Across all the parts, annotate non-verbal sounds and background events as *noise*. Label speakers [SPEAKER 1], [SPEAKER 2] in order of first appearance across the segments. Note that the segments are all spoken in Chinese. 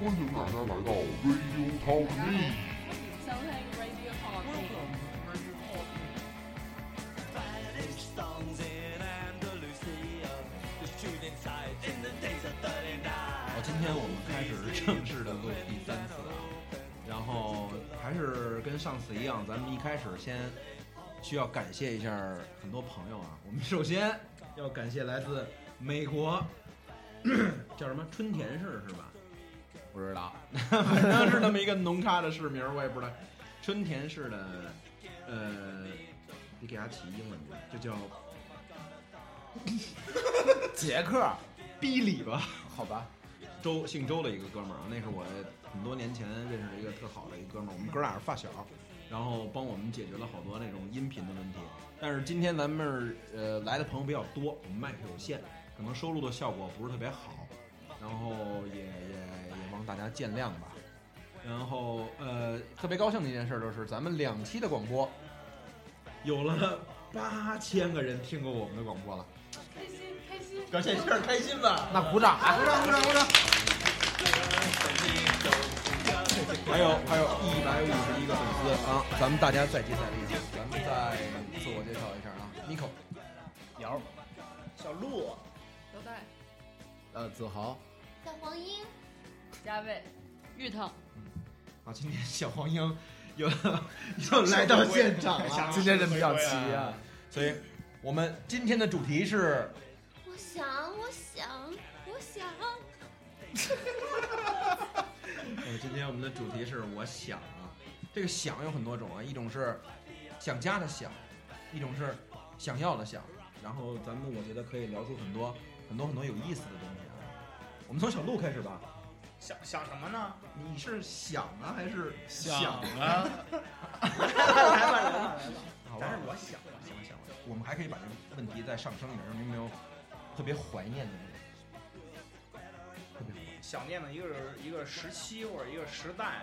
[SPEAKER 1] 欢迎大家来到 Radio Talk Me。
[SPEAKER 2] *laughs*
[SPEAKER 3] 收聽 Radio Talk。
[SPEAKER 4] Spanish songs in Andalusia. The students hide in the days of 39.
[SPEAKER 5] 哦好，今天我们开始正式的录第三次了，然后还是跟上次一样，咱们一开始先需要感谢一下很多朋友啊。我们首先要感谢来自美国，叫什么春田市是吧？不知道，反正是那么一个农咖的市名，我也不知道。春田市的，呃，你给它起英文名，就 *laughs* 叫
[SPEAKER 6] 杰克，
[SPEAKER 5] 逼里吧。
[SPEAKER 6] 好吧，
[SPEAKER 5] 周姓周的一个哥们儿，啊那是我很多年前认识的一个特好的一个哥们儿，我们哥俩是发小，然后帮我们解决了好多那种音频的问题。但是今天咱们是呃来的朋友比较多，我们麦克有限，可能收录的效果不是特别好，然后也也也望大家见谅吧。然后呃，特别高兴的一件事就是咱们两期的广播，有了八千个人听过我们的广播了，
[SPEAKER 3] 開心開心。
[SPEAKER 5] 表现一下开心吧。
[SPEAKER 6] 那鼓掌啊！鼓掌鼓掌鼓掌！
[SPEAKER 5] 还有还有一百五十一个粉丝啊！咱们大家再接再厉，啊咱们再自我介绍一下啊，Nico，
[SPEAKER 6] 姚，
[SPEAKER 5] 小鹿，
[SPEAKER 3] 有帶
[SPEAKER 6] 呃，子豪，
[SPEAKER 7] 小黄莺，
[SPEAKER 3] 加倍芋頭。
[SPEAKER 5] 啊，今天小黄英又又来到现场了，
[SPEAKER 6] 今天人比较齐啊。
[SPEAKER 5] 所以我们今天的主题是
[SPEAKER 7] 我想，我想，我想，
[SPEAKER 5] 呃，今天我们的主题是我想啊，这个想有很多种啊，一种是想家的想，一种是想要的想，然后咱们我觉得可以聊出很多很多很多有意思的东西啊。我们从小鹿开始吧，
[SPEAKER 8] 想想什么呢？
[SPEAKER 5] 你是想啊还是
[SPEAKER 8] 啊！来吧来吧来吧！
[SPEAKER 5] 好吧
[SPEAKER 8] 但是我想啊
[SPEAKER 5] 行了行了，我们还可以把这个问题再上升一点，有没有特别怀念的那种？特别怀念。
[SPEAKER 8] 想念的一个是一个时期或者一个时代啊，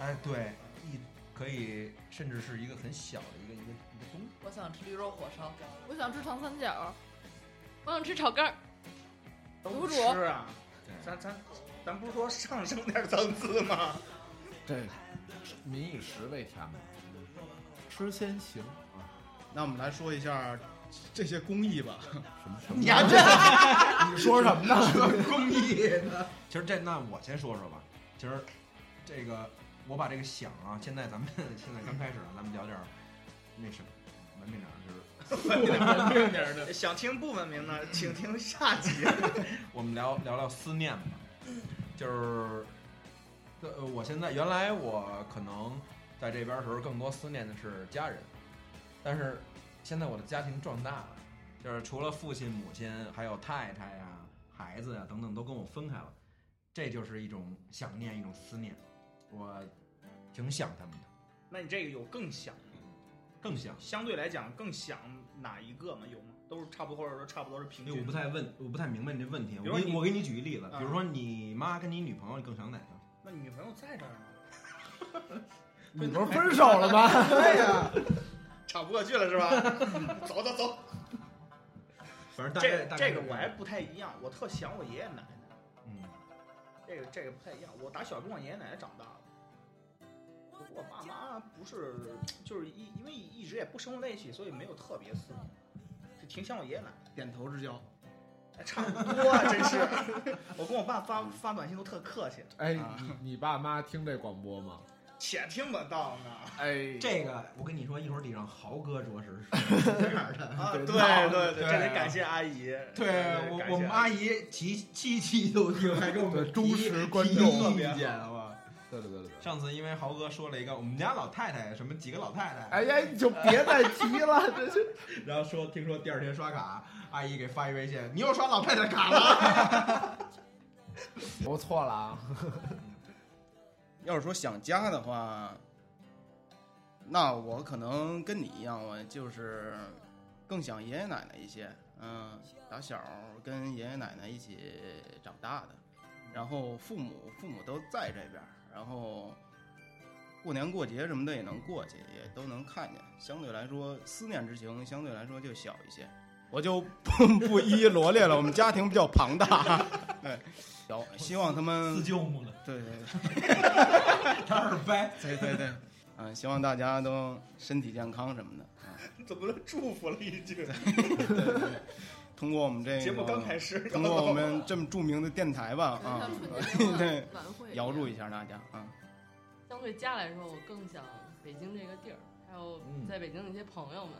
[SPEAKER 5] 哎，对，一可以甚至是一个很小的一个一个一个东西。
[SPEAKER 9] 我想吃驴肉火烧，
[SPEAKER 3] 我想吃糖三角，我想吃炒肝儿。
[SPEAKER 8] 都
[SPEAKER 3] 卤
[SPEAKER 8] 不
[SPEAKER 3] 煮
[SPEAKER 8] 吃啊。
[SPEAKER 5] 对，
[SPEAKER 8] 咱咱咱不是说上升点层次吗？
[SPEAKER 6] 这民以食为天嘛，吃先行啊。
[SPEAKER 10] 那我们来说一下这些工艺
[SPEAKER 8] *laughs*
[SPEAKER 10] 吧。
[SPEAKER 6] 什么什
[SPEAKER 5] 你
[SPEAKER 6] 么？
[SPEAKER 5] 呀这
[SPEAKER 6] 你说什么呢？
[SPEAKER 5] 工艺呢？其实这那我先说说吧，其实这个我把这个想啊，现在咱们现在刚开始，啊咱们聊点儿那什么文明点儿，就是
[SPEAKER 8] 想听不文明的，请听下集。 *laughs*
[SPEAKER 5] 我们聊聊聊思念吧，就是，呃，我现在原来我可能在这边的时候更多思念的是家人，但是现在我的家庭壮大了，就是除了父亲、母亲，还有太太呀、孩子呀、啊等等都跟我分开了，这就是一种想念，一种思念，我挺想他们的，
[SPEAKER 8] 那你这个有更想，
[SPEAKER 5] 更想。
[SPEAKER 8] 相对来讲更想哪一个吗？有吗？都是差不多，或者说差不多是平
[SPEAKER 5] 哎因为我
[SPEAKER 8] 均
[SPEAKER 5] 不。太问，我不太明白你这问题。
[SPEAKER 8] 比如
[SPEAKER 5] 我给
[SPEAKER 8] 你
[SPEAKER 5] 我给你举一例子，
[SPEAKER 8] 啊
[SPEAKER 5] 比如说你妈跟你女朋友，你更想哪个？
[SPEAKER 8] 那你女朋友在这儿呢，
[SPEAKER 6] 你不是分手了吗？
[SPEAKER 8] 吵不过去了 *laughs* 是吧？走走走，
[SPEAKER 5] 反正大概
[SPEAKER 8] 这
[SPEAKER 5] 大概
[SPEAKER 8] 这个
[SPEAKER 5] 是
[SPEAKER 8] 我
[SPEAKER 5] 样
[SPEAKER 8] 还不太一样，我特想我爷爷奶奶。
[SPEAKER 5] 嗯。
[SPEAKER 8] 这个这个不太一样，我打小跟我爷爷奶奶长大的。我爸妈不是，就是一因为一直也不生活在一起，所以没有特别思念，就挺想我爷爷奶奶，
[SPEAKER 10] 点头之交，
[SPEAKER 8] 哎差不多啊，真是。 *laughs* 我跟我爸发发短信都特客气，
[SPEAKER 6] 哎，
[SPEAKER 8] 啊
[SPEAKER 6] 你你爸妈听这广播吗？
[SPEAKER 8] 且听不到 *laughs* 呢。
[SPEAKER 6] 哎，
[SPEAKER 5] 这个我跟你说，一会儿得让豪哥着实是 *laughs* 这样的。
[SPEAKER 8] 啊，对
[SPEAKER 5] 闹
[SPEAKER 8] 对
[SPEAKER 5] 对
[SPEAKER 8] 这得感谢阿姨。
[SPEAKER 5] 我我们阿
[SPEAKER 8] 姨
[SPEAKER 5] 姨期期期都听，还给我们
[SPEAKER 6] 忠
[SPEAKER 5] 提
[SPEAKER 6] 实观
[SPEAKER 5] 提
[SPEAKER 6] 众
[SPEAKER 5] 意见，好吧？
[SPEAKER 6] 对对对对对。
[SPEAKER 5] 上次因为豪哥说了一个我们家老太太什么几个老太太，
[SPEAKER 6] 哎呀，你就别再提了，这是
[SPEAKER 5] 然后说听说第二天刷卡，阿姨给发一微信，你又刷老太太卡了。 *laughs*
[SPEAKER 6] 我错了啊！
[SPEAKER 10] 要是说想家的话，那我可能跟你一样，我就是更想爷爷奶奶一些。嗯，打小跟爷爷奶奶一起长大的，然后父母父母都在这边儿，然后过年过节什么的也能过去，也都能看见。相对来说，思念之情相对来说就小一些。我就不不一一罗列了。我们家庭比较庞大，对，有希望他们
[SPEAKER 5] 四舅母了，
[SPEAKER 10] 对对
[SPEAKER 5] 他二伯。
[SPEAKER 10] 对对对对，嗯、希望大家都身体健康什么的。啊
[SPEAKER 8] 怎么了？祝福了一句。
[SPEAKER 10] 通过我们这个
[SPEAKER 8] 节目刚开始，
[SPEAKER 10] 通过我们这么著名的电台吧啊
[SPEAKER 3] 像，春节
[SPEAKER 10] 对
[SPEAKER 3] 晚会一样
[SPEAKER 10] 摇住一下大家啊。
[SPEAKER 3] 相对家来说，我更想北京这个地儿，还有在北京的一些朋友们。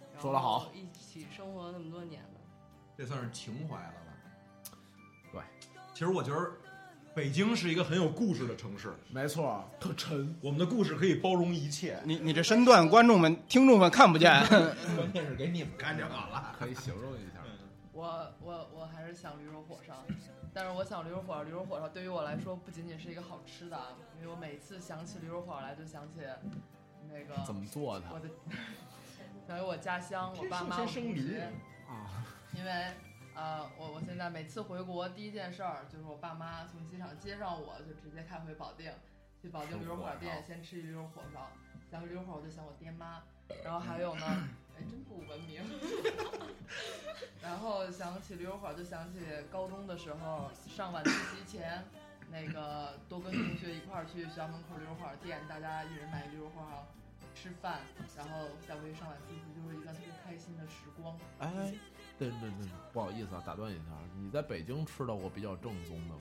[SPEAKER 3] 然后
[SPEAKER 6] 说得好，
[SPEAKER 3] 一起生活那么多年了，
[SPEAKER 5] 这算是情怀了吧？对，其实我觉得北京是一个很有故事的城市，
[SPEAKER 6] 没错，特沉。
[SPEAKER 5] 我们的故事可以包容一切。
[SPEAKER 10] 你你这身段，观众们、听众们看不见。
[SPEAKER 9] 嗯
[SPEAKER 5] 关键是给你们看见好了。
[SPEAKER 6] 可以形容一下，
[SPEAKER 9] 我我我还是想驴肉火烧，但是我想驴肉火烧，驴肉火烧对于我来说不仅仅是一个好吃的，啊，因为我每次想起驴肉火烧来，就想起那个
[SPEAKER 6] 怎么做
[SPEAKER 9] 嗯我
[SPEAKER 6] 的
[SPEAKER 9] 的，想起我家乡，我爸妈，我
[SPEAKER 5] 天生
[SPEAKER 9] 同
[SPEAKER 5] 驴
[SPEAKER 9] 学，
[SPEAKER 6] 啊？
[SPEAKER 9] 因为呃，我我现在每次回国第一件事儿就是我爸妈从机场接上我，就直接开回保定，去保定驴肉火烧店先吃一驴肉火烧，想驴肉火烧我就想我爹妈，然后还有呢，哎，真不文明。 *laughs* 然后想起驴肉火烧就想起高中的时候上晚自习前。那个多跟同学一块儿去学校门口驴肉火烧店，大家一人买一驴肉火烧吃饭，然后再回去上晚自习，就是一段特别开心的时光。
[SPEAKER 6] 哎，对对对，不好意思啊，打断一下，你在北京吃到过比较正宗
[SPEAKER 9] *laughs*
[SPEAKER 6] 的吗？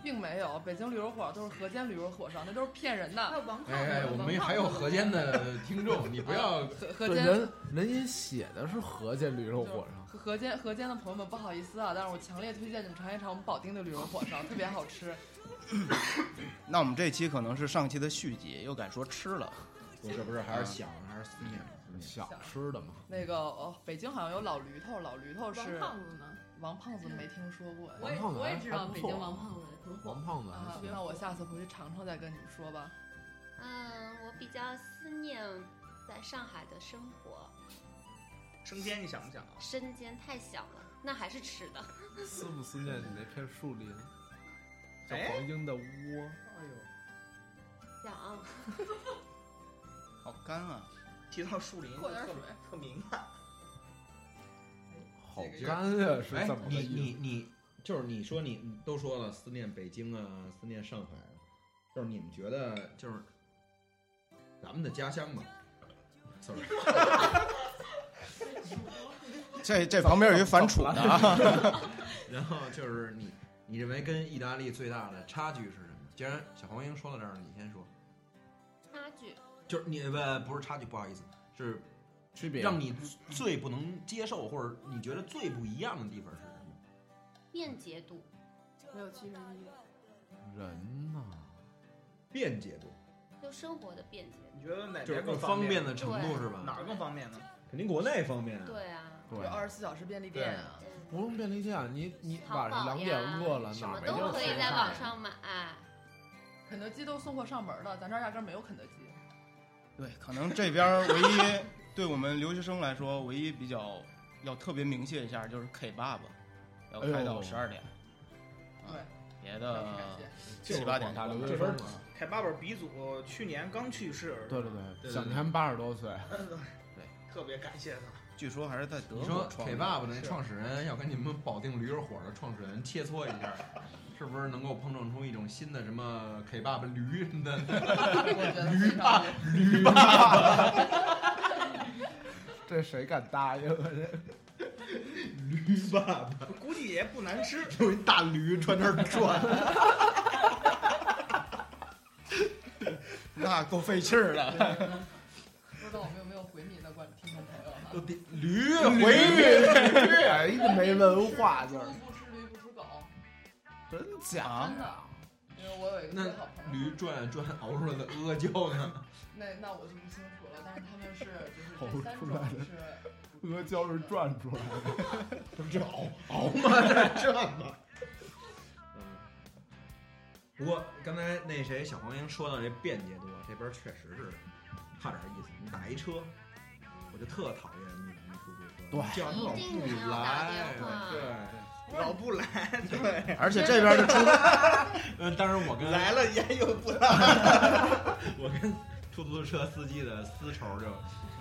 [SPEAKER 9] 并没有，北京驴肉火烧都是河间驴肉火烧，那都是骗人的。
[SPEAKER 3] 有王胖
[SPEAKER 5] 哎，我们还有河间的听众，你不要
[SPEAKER 9] 河河
[SPEAKER 6] 对，
[SPEAKER 9] 间
[SPEAKER 6] 人人家写的是河间驴肉火烧，
[SPEAKER 9] 河河间河间的朋友们，不好意思啊，但是我强烈推荐你们尝一尝我们保定的驴肉火烧，特别好吃。
[SPEAKER 10] 那我们这期可能是上期的续集，又改说吃了。
[SPEAKER 5] 不
[SPEAKER 9] 嗯
[SPEAKER 5] 是不是，还是想还是思念思念。
[SPEAKER 6] 小吃的嘛。
[SPEAKER 9] 那个呃，北京好像有老驴头，老驴头
[SPEAKER 3] 王
[SPEAKER 9] 是
[SPEAKER 3] 胖子吗？
[SPEAKER 9] 王胖子，没听说过。
[SPEAKER 3] 我也
[SPEAKER 6] 王胖子
[SPEAKER 3] 我也
[SPEAKER 6] 还
[SPEAKER 3] 知道
[SPEAKER 6] 还不
[SPEAKER 3] 北
[SPEAKER 6] 错啊
[SPEAKER 3] 京王胖子很火
[SPEAKER 6] 王。胖子还
[SPEAKER 9] 啊，
[SPEAKER 6] 行，
[SPEAKER 9] 那我下次回去尝尝再跟你们说吧。
[SPEAKER 7] 嗯，我比较思念在上海的生活，
[SPEAKER 8] 生煎你想不想啊？
[SPEAKER 7] 身兼太小了，那还是吃的。
[SPEAKER 6] 思不思念你那片树林？小
[SPEAKER 8] 哎
[SPEAKER 6] 黄莺的窝，
[SPEAKER 8] 哎呦，
[SPEAKER 7] 想，
[SPEAKER 10] 好干啊！
[SPEAKER 8] 提到树林，
[SPEAKER 9] 喝点
[SPEAKER 8] 特
[SPEAKER 9] 水
[SPEAKER 8] 特敏感。
[SPEAKER 6] 好干呀，是
[SPEAKER 5] 哎
[SPEAKER 6] 怎么，
[SPEAKER 5] 你
[SPEAKER 6] 个意
[SPEAKER 5] 你
[SPEAKER 6] 思？
[SPEAKER 5] 你，就是你说你你都说了思念北京啊，思念上海啊，就是你们觉得就是咱们的家乡吧，sorry， *laughs*
[SPEAKER 10] 这这旁边有一反刍的啊。
[SPEAKER 5] 然后就是你你认为跟意大利最大的差距是什么？既然小黄英说到这儿，你先说，
[SPEAKER 7] 差距
[SPEAKER 5] 就是你呃不是差距，不好意思，是
[SPEAKER 6] 区别
[SPEAKER 5] 让你最不能接受或者你觉得最不一样的地方是什么？
[SPEAKER 7] 便捷度，
[SPEAKER 3] 没有七十一，
[SPEAKER 6] 人呐，
[SPEAKER 5] 便捷度，
[SPEAKER 7] 就生活的便捷度。
[SPEAKER 8] 你觉得哪
[SPEAKER 5] 就是
[SPEAKER 8] 边
[SPEAKER 5] 更
[SPEAKER 8] 更
[SPEAKER 5] 方
[SPEAKER 8] 便
[SPEAKER 5] 便？的程度是
[SPEAKER 8] 哪
[SPEAKER 5] 吧？
[SPEAKER 8] 儿更方便呢？
[SPEAKER 5] 肯定国内方便啊。
[SPEAKER 7] 对啊，
[SPEAKER 6] 对
[SPEAKER 9] 有，二十四小时便利店啊，
[SPEAKER 7] 嗯
[SPEAKER 6] 不用便利店，你你
[SPEAKER 7] 淘
[SPEAKER 6] 晚
[SPEAKER 7] 宝
[SPEAKER 6] 上两点
[SPEAKER 7] 呀，
[SPEAKER 6] 饿了
[SPEAKER 7] 什
[SPEAKER 6] 哪
[SPEAKER 7] 么
[SPEAKER 6] 儿没啊
[SPEAKER 7] 都
[SPEAKER 6] 个
[SPEAKER 7] 可
[SPEAKER 6] 吃
[SPEAKER 7] 以在
[SPEAKER 6] 饭
[SPEAKER 7] 网
[SPEAKER 6] 呀
[SPEAKER 7] 上买。
[SPEAKER 9] 肯德基都送货上门了，咱这儿压根儿没有肯
[SPEAKER 6] *laughs*
[SPEAKER 9] 德基。
[SPEAKER 10] 对，可能这边儿唯一对我们留学生来说，唯一比较要特别明确一下，就是 K 爸爸要开
[SPEAKER 6] 哎呦
[SPEAKER 10] 到十二点，
[SPEAKER 9] 对，
[SPEAKER 10] 别
[SPEAKER 9] 表
[SPEAKER 10] 的
[SPEAKER 9] 示感谢。
[SPEAKER 10] 七八点
[SPEAKER 6] 打留
[SPEAKER 8] 这
[SPEAKER 6] 学
[SPEAKER 8] 边
[SPEAKER 6] 生
[SPEAKER 8] 儿
[SPEAKER 6] 嘛。
[SPEAKER 8] 凯爸爸鼻祖去年刚去世，
[SPEAKER 6] 对对
[SPEAKER 8] *laughs*
[SPEAKER 5] 对
[SPEAKER 6] 对，享年八十多岁，
[SPEAKER 8] 特别感谢他。
[SPEAKER 10] 据说还是在德
[SPEAKER 5] 你说
[SPEAKER 10] 国创
[SPEAKER 5] 给
[SPEAKER 10] 的。
[SPEAKER 5] 爸爸那创始人要跟你们保定驴肉火的创始人切磋一下，是不是能够碰撞出一种新的什么给爸爸驴什么的？
[SPEAKER 9] 我觉得非常
[SPEAKER 6] 这谁敢答应啊？这
[SPEAKER 5] 驴爸爸
[SPEAKER 8] 估计也不难吃。
[SPEAKER 5] 有一大驴穿那儿 *laughs* 转，
[SPEAKER 10] 那够费气儿的。
[SPEAKER 9] 不知道我们有没有回民的观听众朋友啊？
[SPEAKER 5] 都得驴
[SPEAKER 6] 回
[SPEAKER 5] 回
[SPEAKER 6] 去，这一个没文化劲儿，
[SPEAKER 9] 不吃驴不吃狗，
[SPEAKER 6] 真假
[SPEAKER 10] 啊
[SPEAKER 9] 真？的。因为我有一个
[SPEAKER 5] 那
[SPEAKER 9] 最好朋友，
[SPEAKER 5] 驴转转熬出来的阿胶呢？
[SPEAKER 9] 那那我就不清楚了。但是他们是就
[SPEAKER 6] 好
[SPEAKER 9] 是这三
[SPEAKER 6] 出
[SPEAKER 9] 种
[SPEAKER 6] 来的
[SPEAKER 9] 是
[SPEAKER 6] 阿胶是转出来的，
[SPEAKER 5] 不是熬 *laughs* 熬吗？这吧。嗯。不过刚才那谁小黄英说到这便捷度，啊，这边确实是差点意思。你打一车，我就特讨厌你们出租车，
[SPEAKER 6] 对
[SPEAKER 5] 你叫他老
[SPEAKER 7] 一定
[SPEAKER 5] 不
[SPEAKER 7] 要打
[SPEAKER 5] 来
[SPEAKER 7] 电。话
[SPEAKER 5] 对，
[SPEAKER 8] 老不来，对，
[SPEAKER 10] 而且这边的出
[SPEAKER 5] 呃嗯，当然我跟
[SPEAKER 8] 来了也有不来。
[SPEAKER 5] 我跟出租车司机的私仇就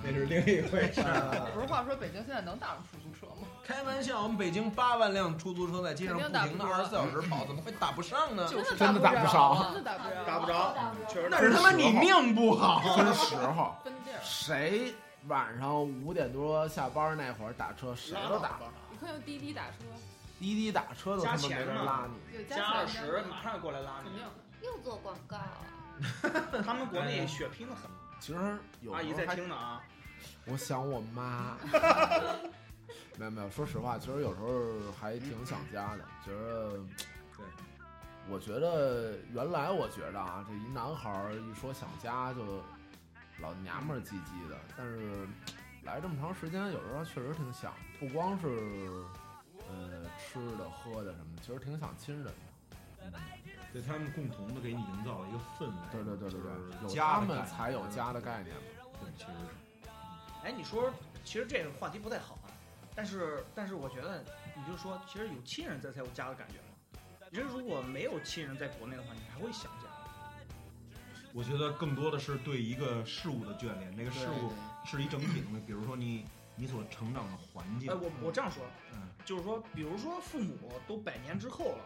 [SPEAKER 5] 那是另一回事儿了。
[SPEAKER 9] 不是话说北京现在能打上出租车吗？
[SPEAKER 5] *laughs* 开玩笑，我们北京八万辆出租车在街上不
[SPEAKER 9] 肯定打
[SPEAKER 5] 停的
[SPEAKER 9] 不
[SPEAKER 5] 二
[SPEAKER 9] 着
[SPEAKER 5] 十四小时跑，怎么会打不上呢？
[SPEAKER 9] 就是
[SPEAKER 6] 真的打不
[SPEAKER 9] 真的打不着，
[SPEAKER 8] 打不着，确实
[SPEAKER 5] *laughs* 那是他妈你命不好。啊
[SPEAKER 6] 分
[SPEAKER 5] *laughs*
[SPEAKER 6] 时候，
[SPEAKER 9] 分地儿。
[SPEAKER 6] 谁晚上五点多下班那会儿打车，谁
[SPEAKER 8] 拉
[SPEAKER 6] 都
[SPEAKER 8] 倒
[SPEAKER 6] 打
[SPEAKER 8] 吧
[SPEAKER 6] 不着。
[SPEAKER 2] 你快用滴滴打车，
[SPEAKER 6] 滴滴打车都他妈没人拉你，
[SPEAKER 9] 对
[SPEAKER 8] 加二十，马
[SPEAKER 9] 嘛，
[SPEAKER 8] 上过来拉
[SPEAKER 9] 肯
[SPEAKER 8] 你
[SPEAKER 9] 定。。
[SPEAKER 7] 又做广告啊，
[SPEAKER 8] 他们国
[SPEAKER 5] 哎
[SPEAKER 8] 内血拼的很。
[SPEAKER 6] 其实有
[SPEAKER 8] 阿姨
[SPEAKER 6] 时
[SPEAKER 8] 在
[SPEAKER 6] 候还
[SPEAKER 8] 听呢啊，
[SPEAKER 6] 我想我妈。 *laughs* 没有没有，说实话，其实有时候还挺想家的，觉得，
[SPEAKER 5] 对，
[SPEAKER 6] 我觉得原来我觉得啊，这一男孩儿一说想家就老娘们儿唧唧的，但是来这么长时间，有时候确实挺想，不光是呃吃的喝的什么的，其实挺想亲人的。
[SPEAKER 5] 对他们共同的给你营造了一个氛围，
[SPEAKER 6] 对对对对对，
[SPEAKER 5] 就是
[SPEAKER 6] 有他
[SPEAKER 5] 家
[SPEAKER 6] 们才有
[SPEAKER 5] 家
[SPEAKER 6] 家的概念嘛。
[SPEAKER 5] 的感觉，对其实是
[SPEAKER 8] 哎，你说，其实这个话题不太好啊，但是但是我觉得，你就说，其实有亲人在才有家的感觉嘛。人如果没有亲人在国内的话，你还会想家。
[SPEAKER 5] 我觉得更多的是对一个事物的眷恋，这个事物是一整体的，比如说你你所成长的环境
[SPEAKER 8] 哎，，我我这样说，
[SPEAKER 5] 嗯，
[SPEAKER 8] 就是说，比如说父母都百年之后了，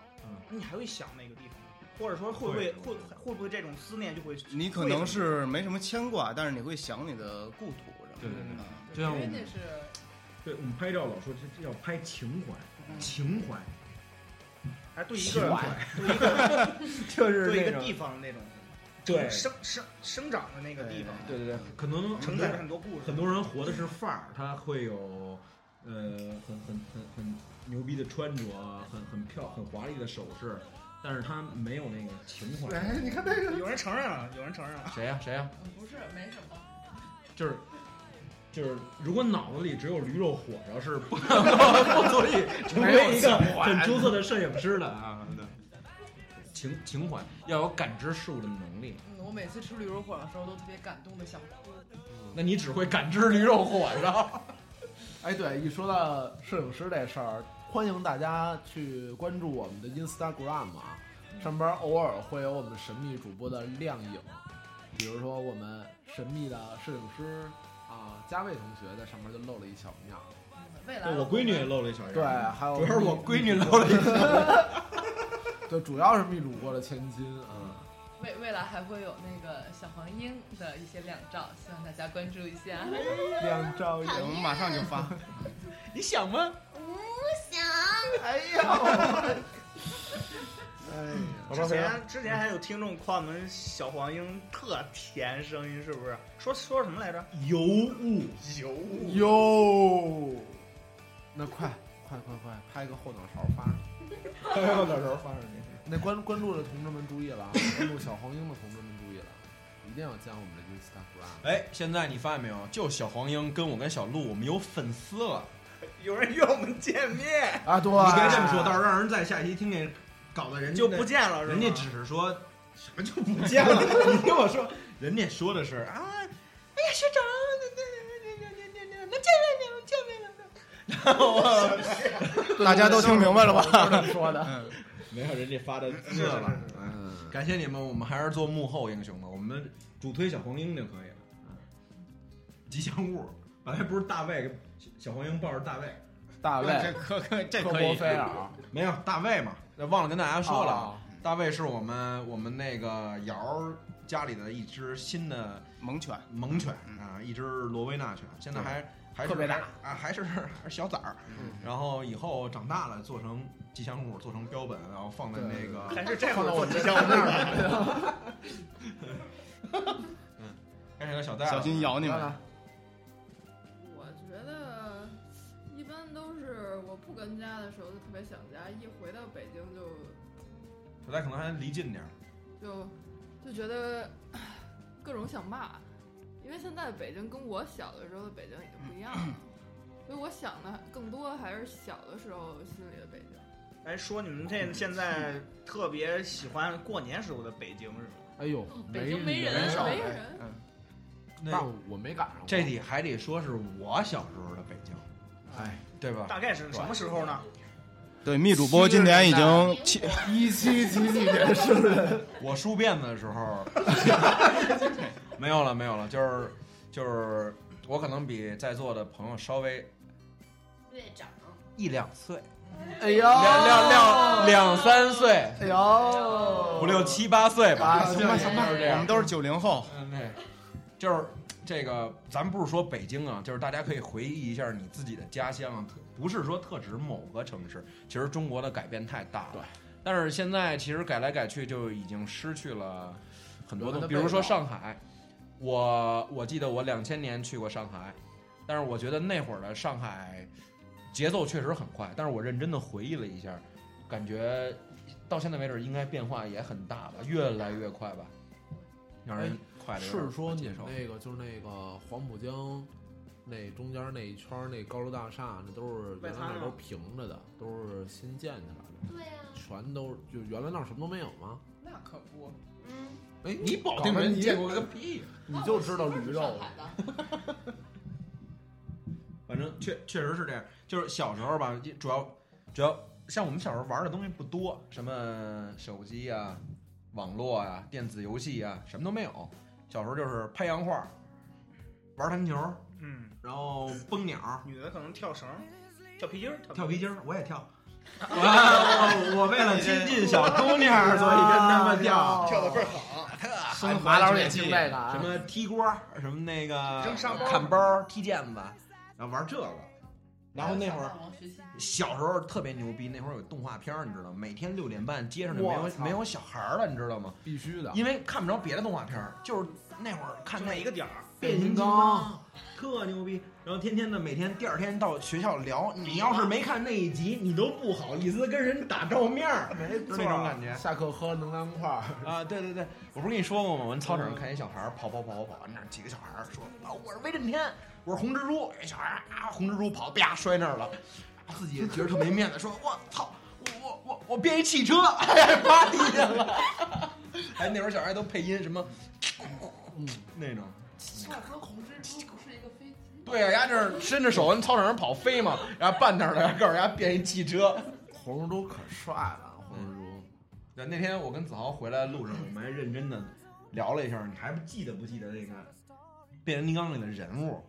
[SPEAKER 8] 你还会想那个地方，或者说会不会
[SPEAKER 5] 嗯会
[SPEAKER 8] 会会不会这种思念就会
[SPEAKER 10] 你可能是没什么牵挂，但是你会想你的故土什
[SPEAKER 5] 对
[SPEAKER 10] 么
[SPEAKER 5] 对对
[SPEAKER 10] 的。
[SPEAKER 5] 就
[SPEAKER 6] 嗯
[SPEAKER 5] 像我
[SPEAKER 9] 因为
[SPEAKER 5] 们
[SPEAKER 9] 那是
[SPEAKER 5] 对嗯我们拍照老说这这要拍情怀，情怀，
[SPEAKER 8] 还对一
[SPEAKER 5] 情
[SPEAKER 8] 个
[SPEAKER 5] 怀，
[SPEAKER 8] 对一
[SPEAKER 5] *laughs*
[SPEAKER 8] 个
[SPEAKER 5] 就是
[SPEAKER 8] 对一
[SPEAKER 5] 那
[SPEAKER 8] 个
[SPEAKER 5] 种
[SPEAKER 8] 地方那种
[SPEAKER 5] 对
[SPEAKER 8] 生生生长的那个地方，
[SPEAKER 5] 对对对，可能
[SPEAKER 8] 承载着很多故事，
[SPEAKER 5] 很多人活的是范儿，他会有呃很很很很牛逼的穿着，啊很很漂很华丽的首饰，但是他没有那个情怀。
[SPEAKER 6] 哎，你看那个，
[SPEAKER 8] 有人承认了，有人承认了。
[SPEAKER 5] 谁呀、谁呀、
[SPEAKER 9] 嗯不是没什么，
[SPEAKER 5] 就是就是，如果脑子里只有驴肉火烧，是不 *laughs* 不足以成为一个很出色的摄影师的啊。对情情怀要有感知事物的能力，
[SPEAKER 9] 嗯，我每次吃驴肉火烧的时候都特别感动的想哭。
[SPEAKER 2] 嗯
[SPEAKER 5] 那你只会感知驴肉火烧。
[SPEAKER 6] 哎，对，一说到摄影师这事儿，欢迎大家去关注我们的 Instagram 啊，上边偶尔会有我们神秘主播的亮影，比如说我们神秘的摄影师啊，佳卫同学在上面就露了一小样，
[SPEAKER 9] 未来
[SPEAKER 5] 对 *laughs* 我闺女也露了一小样，
[SPEAKER 6] 对，啊还有
[SPEAKER 5] *laughs* 主要是我
[SPEAKER 6] 秘
[SPEAKER 5] 闺女露了一小样。
[SPEAKER 6] 对，主要是秘主播的千金啊，
[SPEAKER 9] 未未来还会有那个小黄莺的一些靓照，希望大家关注一下。
[SPEAKER 6] 亮照
[SPEAKER 7] 讨
[SPEAKER 10] 我
[SPEAKER 7] 厌
[SPEAKER 10] 们马上就发。
[SPEAKER 8] 你想吗？
[SPEAKER 7] 不想。
[SPEAKER 6] 哎呦，哎呀，
[SPEAKER 8] 之
[SPEAKER 5] *laughs*
[SPEAKER 8] 前之前还有听众夸我们小黄莺特甜，声音是不是？说说什么来着？
[SPEAKER 5] 尤物， *laughs*
[SPEAKER 8] 油
[SPEAKER 6] 哟，那快快快快拍个后脑勺发上。
[SPEAKER 5] 到哎时候发上去。
[SPEAKER 6] 那关关注的同志们注意了啊！关注小黄莺的同志们注意了，一定要加我们的 Instagram。
[SPEAKER 5] 哎，现在你发现没有？就小黄莺跟我跟小鹿，我们有粉丝了。
[SPEAKER 8] 有人约我们见面
[SPEAKER 6] 啊， *laughs* 对，
[SPEAKER 5] 你别这么说，到时候让人在下期听见，搞得人家
[SPEAKER 8] 就不见了，是吗
[SPEAKER 5] 人家只是说什么就不 *laughs* 见了。你听我说，人家说的是啊，哎呀，学长，那那那那那那那见面了，见面了。然后我
[SPEAKER 6] 候
[SPEAKER 10] 大家都听明白了吧？
[SPEAKER 6] 这么说的，
[SPEAKER 10] 嗯
[SPEAKER 5] 没有人家发的
[SPEAKER 8] 是是
[SPEAKER 5] 字
[SPEAKER 8] 是
[SPEAKER 5] 了。
[SPEAKER 8] 是
[SPEAKER 5] 哎
[SPEAKER 6] 嗯，
[SPEAKER 5] 感谢你们，我们还是做幕后英雄吧，我们主推小黄莺就可以了。嗯吉祥物本来不是大卫，小黄莺抱着大卫，
[SPEAKER 6] 大
[SPEAKER 10] 这
[SPEAKER 6] 卫，
[SPEAKER 10] 可可这
[SPEAKER 6] 科
[SPEAKER 10] 可
[SPEAKER 6] 波
[SPEAKER 10] 以。
[SPEAKER 6] 菲尔
[SPEAKER 5] 没有大卫嘛，那忘了跟大家说了。
[SPEAKER 6] 啊
[SPEAKER 5] 哦大卫是我们我们那个瑶儿家里的一只新的
[SPEAKER 10] 猛犬，
[SPEAKER 5] 猛犬啊，一只罗威纳犬，现在还还是
[SPEAKER 6] 特别大
[SPEAKER 5] 啊，还是还是小崽儿。
[SPEAKER 10] 嗯
[SPEAKER 5] 然后以后长大了做成吉祥物，做成标本，然后放在那个
[SPEAKER 8] 还是这会
[SPEAKER 6] 放
[SPEAKER 8] 儿
[SPEAKER 6] 到我
[SPEAKER 8] 做
[SPEAKER 6] 们
[SPEAKER 8] 吉
[SPEAKER 6] 这
[SPEAKER 8] 祥物
[SPEAKER 6] 那
[SPEAKER 8] 吧。
[SPEAKER 6] 儿了。
[SPEAKER 5] 该谁的小袋儿
[SPEAKER 10] 小心咬你们。
[SPEAKER 2] 我觉得一般都是我不跟家的时候就特别想家，一回到北京就
[SPEAKER 5] 小袋儿可能还离近点儿。
[SPEAKER 2] 就就觉得唉各种想骂，因为现在北京跟我小的时候的北京已经不一样了，所以我想的更多还是小的时候心里的北京。
[SPEAKER 8] 哎，说你们这现在特别喜欢过年时候的北京是吗？
[SPEAKER 6] 哎呦，
[SPEAKER 3] 哦北京
[SPEAKER 6] 没
[SPEAKER 3] 没人
[SPEAKER 6] 少
[SPEAKER 2] 没
[SPEAKER 6] 哎
[SPEAKER 2] 人
[SPEAKER 6] 嗯但
[SPEAKER 5] 那
[SPEAKER 6] 我没赶上过。
[SPEAKER 5] 这里还得说是我小时候的北京，哎，对吧？
[SPEAKER 8] 大概是什么时候呢？
[SPEAKER 10] 对，密主播今年已经七
[SPEAKER 6] 一七几几年生人，
[SPEAKER 5] 我梳辫子的时候，没有了，没有了，就是就是我可能比在座的朋友稍微
[SPEAKER 7] 略长。
[SPEAKER 5] 一两岁，
[SPEAKER 6] 哎呦，
[SPEAKER 5] 两两两两三岁，
[SPEAKER 6] 哎呦，
[SPEAKER 5] 五六七八岁吧，
[SPEAKER 6] 啊行吧行吧
[SPEAKER 5] 就是这
[SPEAKER 10] 我
[SPEAKER 5] 样
[SPEAKER 10] 们。都是九零后，
[SPEAKER 5] 嗯，对，就是这个，咱不是说北京啊，就是大家可以回忆一下你自己的家乡啊，特不是说特指某个城市，其实中国的改变太大了。
[SPEAKER 6] 对，
[SPEAKER 5] 但是现在其实改来改去就已经失去了很多东西，
[SPEAKER 6] 原来的
[SPEAKER 5] 比如说
[SPEAKER 6] 味道
[SPEAKER 5] 上海，我我记得我两千年去过上海，但是我觉得那会儿的上海节奏确实很快，但是我认真的回忆了一下，感觉到现在为止应该变化也很大吧，越来越快吧，让人快的
[SPEAKER 6] 是说你
[SPEAKER 5] 接
[SPEAKER 6] 们
[SPEAKER 5] 受。
[SPEAKER 6] 那个就是那个黄浦江那中间那一圈儿那高楼大厦，那都是
[SPEAKER 8] 外
[SPEAKER 6] 原来
[SPEAKER 8] 滩
[SPEAKER 6] 那
[SPEAKER 8] 吗
[SPEAKER 6] 都平着的，都是新建起来的，
[SPEAKER 7] 对啊，
[SPEAKER 6] 全都是就原来那儿什么都没有吗？
[SPEAKER 9] 那可不，
[SPEAKER 7] 嗯，
[SPEAKER 6] 哎，
[SPEAKER 5] 你保定人见过个屁！
[SPEAKER 6] 你就知道驴
[SPEAKER 9] 驴
[SPEAKER 6] 肉
[SPEAKER 9] 上海的，
[SPEAKER 5] *laughs* 反正确确实是这样，就是小时候吧，主要主要像我们小时候玩的东西不多，什么手机啊、网络啊、电子游戏啊，什么都没有。小时候就是拍洋画、玩弹球，
[SPEAKER 8] 嗯，
[SPEAKER 5] 然后蹦鸟、
[SPEAKER 8] 女的可能跳绳，跳皮筋儿，
[SPEAKER 5] 跳
[SPEAKER 8] 皮
[SPEAKER 5] 皮筋儿，我也跳。我我为了亲近小姑娘，所以跟他们跳。
[SPEAKER 10] 跳的倍儿好，
[SPEAKER 6] 生
[SPEAKER 10] 麻
[SPEAKER 6] 老
[SPEAKER 10] 老
[SPEAKER 6] 师
[SPEAKER 10] 师
[SPEAKER 6] 也
[SPEAKER 10] 也
[SPEAKER 6] 听
[SPEAKER 10] 听这
[SPEAKER 6] 这个
[SPEAKER 10] 个
[SPEAKER 6] 啊
[SPEAKER 5] 什，么踢锅儿，什么那个
[SPEAKER 8] 扔沙包
[SPEAKER 5] 砍包、踢毽子，然后玩这个。然后那会儿
[SPEAKER 9] 上大王学习
[SPEAKER 5] 小时候特别牛逼，那会儿有动画片儿，你知道吗？每天六点半街上就没
[SPEAKER 6] 我
[SPEAKER 5] 有
[SPEAKER 6] 操
[SPEAKER 5] 没有小孩儿了，你知道吗？
[SPEAKER 6] 必须的。
[SPEAKER 5] 因为看不着别的动画片儿，就是那会儿看
[SPEAKER 8] 就
[SPEAKER 5] 那
[SPEAKER 8] 那一个点儿，
[SPEAKER 5] 变形金
[SPEAKER 6] 变形
[SPEAKER 5] 刚，特牛逼。然后天天的每天第二天到学校聊，你要是没看那一集，你都不好意思跟人打照面儿，
[SPEAKER 6] 没
[SPEAKER 5] 就那种感觉。
[SPEAKER 6] 下课喝能量块儿，
[SPEAKER 5] 啊，对对对，我不是跟你说过吗？我们操场上看一小孩儿跑跑跑跑跑，那儿几个小孩儿说啊，我是威震天，我是红蜘蛛，这小孩儿啊，红蜘蛛跑，啪摔那儿了，自己觉得特没面子，说我操，我我我我变一汽车，哎，趴地下了。 *laughs* 哎，那时候小孩都配音什么
[SPEAKER 6] 嗯，
[SPEAKER 5] 那种。
[SPEAKER 9] 话说红蜘蛛不是一个飞机，
[SPEAKER 5] 对呀、人家这伸着手往操场上跑飞嘛，然后绊那儿了，告诉人家变一汽车。
[SPEAKER 6] 红蜘蛛可帅了，红蜘蛛。
[SPEAKER 5] 嗯对，那天我跟子豪回来的路上，我们还认真的聊了一下，你还不记得不记得那个变形金刚里的人物？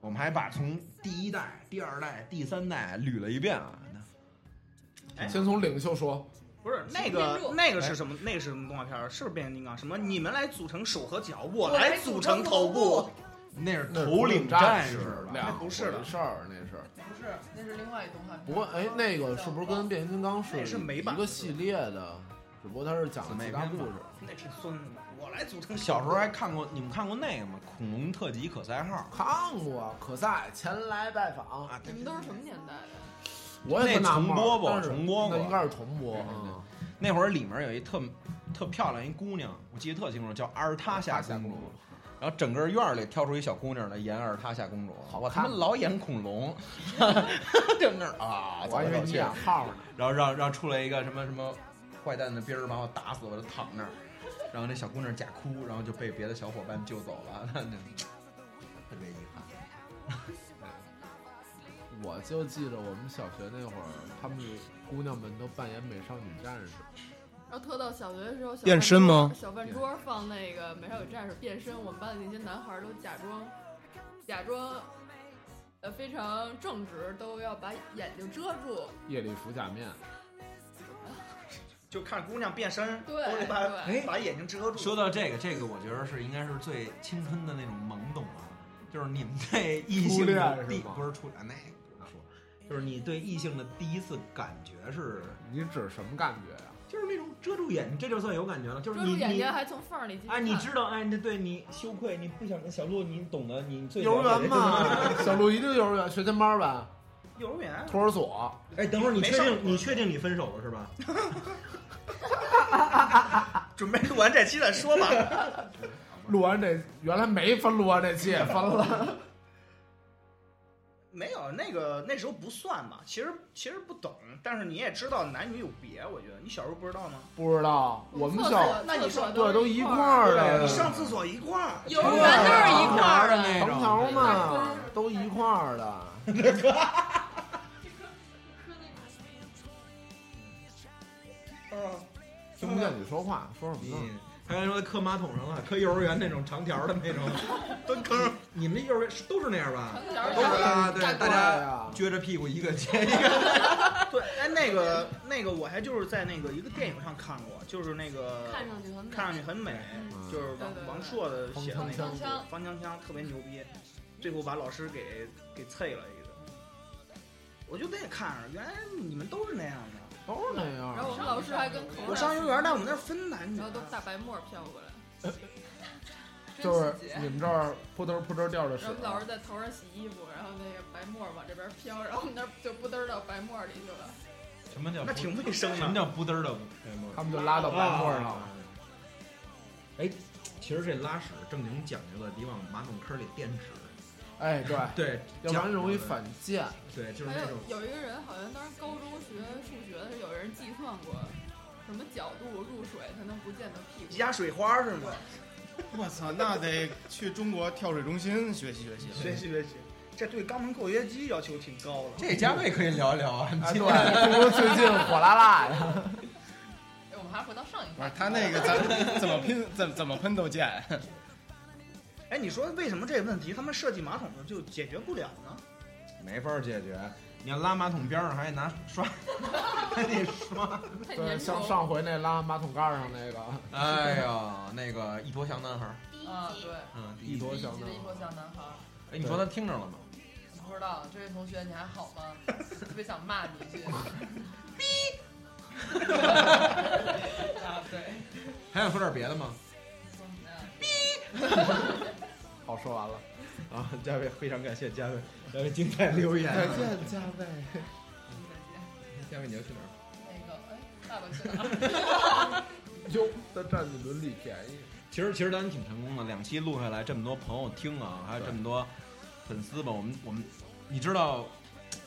[SPEAKER 5] 我们还把从第一代、第二代、第三代捋了一遍啊。
[SPEAKER 6] 先从领袖说，
[SPEAKER 8] 不是那
[SPEAKER 2] 天
[SPEAKER 8] 个
[SPEAKER 2] 柱
[SPEAKER 5] 哎
[SPEAKER 8] 那个是什么？那个是什么动画片儿？是不是变形金刚？什么？你们来组成手和脚，我来组成头部。
[SPEAKER 5] 那是
[SPEAKER 6] 那是
[SPEAKER 5] 头领战士吧？
[SPEAKER 6] 俩
[SPEAKER 8] 那不是的
[SPEAKER 6] 事儿，那是。
[SPEAKER 9] 不是，那是另外一动画片。
[SPEAKER 6] 不过哎，那个是不是跟变形金刚是
[SPEAKER 8] 那是美
[SPEAKER 6] 一
[SPEAKER 8] 版
[SPEAKER 6] 个系列的？只不过它是讲
[SPEAKER 5] 姊妹
[SPEAKER 6] 其他
[SPEAKER 5] 篇
[SPEAKER 6] 故
[SPEAKER 5] 吧
[SPEAKER 6] 事。
[SPEAKER 8] 那挺孙子的，我来组成
[SPEAKER 5] 小时候还看过，你们看过那个吗？恐龙特级可赛号
[SPEAKER 6] 看过，可赛前来拜访，
[SPEAKER 5] 啊，
[SPEAKER 2] 你们都是什么年代的？
[SPEAKER 6] 我也
[SPEAKER 5] 那
[SPEAKER 6] 很纳闷
[SPEAKER 5] 重播过
[SPEAKER 6] 但是
[SPEAKER 5] 重播过
[SPEAKER 6] 那应该是重播
[SPEAKER 5] 对对对
[SPEAKER 6] 啊。
[SPEAKER 5] 那会儿里面有一特特漂亮一姑娘，我记得特清楚，叫阿尔塔夏
[SPEAKER 6] 夏
[SPEAKER 5] 公
[SPEAKER 6] 公
[SPEAKER 5] 主
[SPEAKER 6] 主。
[SPEAKER 5] 然后整个院儿里挑出一小姑娘来演阿尔塔夏公主，
[SPEAKER 6] 好
[SPEAKER 5] 我他
[SPEAKER 6] 看
[SPEAKER 5] 妈老演恐
[SPEAKER 6] *laughs*
[SPEAKER 5] 龙，就那儿啊，
[SPEAKER 6] 我还以为
[SPEAKER 5] 走来走
[SPEAKER 6] 你
[SPEAKER 5] 去
[SPEAKER 6] 演号呢。
[SPEAKER 5] 然后让让出来一个什么什么坏蛋的兵儿把我打死，我就躺那儿。然后那小姑娘假哭，然后就被别的小伙伴救走了， *laughs* 那那特别遗憾。
[SPEAKER 6] *laughs* 我就记得我们小学那会儿，他们姑娘们都扮演美少女战士，
[SPEAKER 2] 然后特到小学的时候，小
[SPEAKER 10] 变身吗
[SPEAKER 2] 饭桌？小饭桌放那个《美少女战士》变身，我们班的那些男孩儿都假装，假装，呃，非常正直，都要把眼睛遮住。
[SPEAKER 6] 夜里服假面。
[SPEAKER 8] 就看姑娘变身，
[SPEAKER 2] 对
[SPEAKER 8] 都得把
[SPEAKER 2] 对
[SPEAKER 8] 把眼睛遮住。
[SPEAKER 5] 哎说到这个，这个我觉得是应该是最青春的那种懵懂啊，就是你们对异性的
[SPEAKER 6] 初恋
[SPEAKER 5] 第
[SPEAKER 6] 是吗
[SPEAKER 5] 不是初恋，那不说，就是你对异性的第一次感觉是，
[SPEAKER 6] 你指什么感觉呀、
[SPEAKER 5] 就是那种遮住眼睛，这就算有感觉了，就
[SPEAKER 2] 遮
[SPEAKER 5] 是
[SPEAKER 2] 住
[SPEAKER 5] 你
[SPEAKER 2] 眼
[SPEAKER 5] 你
[SPEAKER 2] 睛还从缝儿里进去
[SPEAKER 5] 哎，你
[SPEAKER 2] 看
[SPEAKER 5] 知道哎，那对你羞愧，你不想小鹿，你懂得，你最
[SPEAKER 6] 幼儿
[SPEAKER 5] 了
[SPEAKER 6] 园
[SPEAKER 5] 解的
[SPEAKER 6] 嘛，小鹿一定幼儿园，学前班呗，
[SPEAKER 8] 幼儿园，啊
[SPEAKER 6] 托儿所。
[SPEAKER 5] 哎，等会儿你
[SPEAKER 8] 没
[SPEAKER 5] 确
[SPEAKER 8] 事儿
[SPEAKER 5] 定你确定你分手了是吧？
[SPEAKER 8] 准备录完这期再说吧。
[SPEAKER 6] 录完这原来没分，录完这期也分了。
[SPEAKER 8] 没有，那个那时候不算吧，其实其实不懂，但是你也知道男女有别，我觉得你小时候不知道吗？
[SPEAKER 6] 不知道，我们小
[SPEAKER 8] 那你说
[SPEAKER 6] 对都一块
[SPEAKER 2] 儿，
[SPEAKER 6] 儿
[SPEAKER 5] 呃
[SPEAKER 6] 的，
[SPEAKER 8] 啊你上厕所一块儿，
[SPEAKER 2] 幼儿园都是一块儿啊的。
[SPEAKER 6] 藤条嘛，啊都一块儿的。
[SPEAKER 8] 嗯
[SPEAKER 6] 听不见你说话，说什么呢？
[SPEAKER 5] 你嗯他刚才说他磕马桶上了，磕幼儿园那种长条的那种， *laughs* 都坑。你们那幼儿园是都是那样吧？
[SPEAKER 9] 长条
[SPEAKER 5] 都是啊，对，
[SPEAKER 8] 站
[SPEAKER 5] 大
[SPEAKER 8] 过来
[SPEAKER 5] 家撅着屁股一个接一个。
[SPEAKER 8] 对，哎，那个那个，我还就是在那个一个电影上看过，就是那个
[SPEAKER 3] 看上去很美
[SPEAKER 8] 看。上去很美，
[SPEAKER 5] 嗯
[SPEAKER 8] 就是
[SPEAKER 2] 对对
[SPEAKER 8] 王
[SPEAKER 2] 对
[SPEAKER 8] 王朔的写的那
[SPEAKER 2] 方
[SPEAKER 8] 个
[SPEAKER 2] 枪枪
[SPEAKER 8] 方枪枪特别牛逼，最后把老师给给啐了一个。我就那看着，原来你们都是那样的。
[SPEAKER 6] 都是那样
[SPEAKER 2] 然后我
[SPEAKER 6] 的。
[SPEAKER 2] 们老师还跟同
[SPEAKER 8] 我上幼儿园，但我们那儿分男女啊
[SPEAKER 2] 然后都大白沫飘过来，
[SPEAKER 6] 就是
[SPEAKER 9] 真细
[SPEAKER 6] 你
[SPEAKER 9] 节。
[SPEAKER 6] 们这儿扑腾扑腾掉着
[SPEAKER 2] 然
[SPEAKER 6] 水
[SPEAKER 2] 后，老师在头上洗衣服，然后那个白沫往这边飘，然后我们那儿就不嘚儿到白沫里去了。
[SPEAKER 5] 什么叫
[SPEAKER 8] 那挺卫生啊
[SPEAKER 5] 什么
[SPEAKER 8] 的。
[SPEAKER 5] 叫不嘚儿的？
[SPEAKER 6] 他们就拉到白沫上
[SPEAKER 5] 啊
[SPEAKER 6] 了。。
[SPEAKER 5] 哎，其实这拉屎正经讲究的，得往马桶坑里垫屎。
[SPEAKER 6] 哎，对，
[SPEAKER 5] 对，
[SPEAKER 6] 要不然容易
[SPEAKER 5] 讲究的
[SPEAKER 6] 反溅。
[SPEAKER 5] 对，就是
[SPEAKER 2] 还
[SPEAKER 5] 那
[SPEAKER 2] 有
[SPEAKER 5] 种
[SPEAKER 2] 有一个人好像当时高中学数学的时候，有人计算过什么角度入水才能不溅到屁股。
[SPEAKER 8] 一家水花是吗？
[SPEAKER 10] 我操，那得去中国跳水中心学习学习了。
[SPEAKER 8] 学习学习，这对肛门括约肌要求挺高的。
[SPEAKER 5] 这家位可以聊一聊啊。
[SPEAKER 6] 哎，对，听说最近火辣辣呀。
[SPEAKER 9] 哎我们还是回到上一
[SPEAKER 10] 不是
[SPEAKER 9] 块，
[SPEAKER 10] 他那个咱怎么拼怎怎么喷都见。
[SPEAKER 8] 哎，你说为什么这个问题他们设计马桶的就解决不了呢？
[SPEAKER 5] 没法解决。你要拉马桶边上，还得拿刷，还得刷。
[SPEAKER 2] 太
[SPEAKER 6] 对，
[SPEAKER 2] 粘
[SPEAKER 6] 像
[SPEAKER 2] 稠。
[SPEAKER 6] 上回那拉马桶盖儿上那个，
[SPEAKER 5] 哎呀，那个一坨小男孩，
[SPEAKER 7] 第一
[SPEAKER 9] 啊，
[SPEAKER 7] 集
[SPEAKER 9] 对，
[SPEAKER 5] 嗯，
[SPEAKER 6] 一坨
[SPEAKER 9] 第一
[SPEAKER 6] 小
[SPEAKER 9] 集
[SPEAKER 6] 男
[SPEAKER 9] 的一
[SPEAKER 6] 孩
[SPEAKER 9] 说。小男孩。
[SPEAKER 5] 哎，你说他听着了吗？
[SPEAKER 9] 不知道，这位同学你还好吗？特别想骂你
[SPEAKER 5] *laughs*
[SPEAKER 9] 一句。啊，对，
[SPEAKER 5] 还想说点别的吗？
[SPEAKER 9] 说什么呀？
[SPEAKER 6] *laughs* 好，说完了。
[SPEAKER 5] 啊，嘉伟，非常感谢嘉伟，嘉伟精彩留言。啊
[SPEAKER 6] 见，嘉
[SPEAKER 9] 再
[SPEAKER 6] 伟。
[SPEAKER 9] 见。
[SPEAKER 5] 嘉伟，你要去哪儿？
[SPEAKER 9] 那个，哎，爸爸去哪儿？
[SPEAKER 6] 哟，他占你伦理便宜。
[SPEAKER 5] 其实其实咱挺成功的，两期录下来，这么多朋友听啊，还有这么多粉丝吧，我们我们，你知道，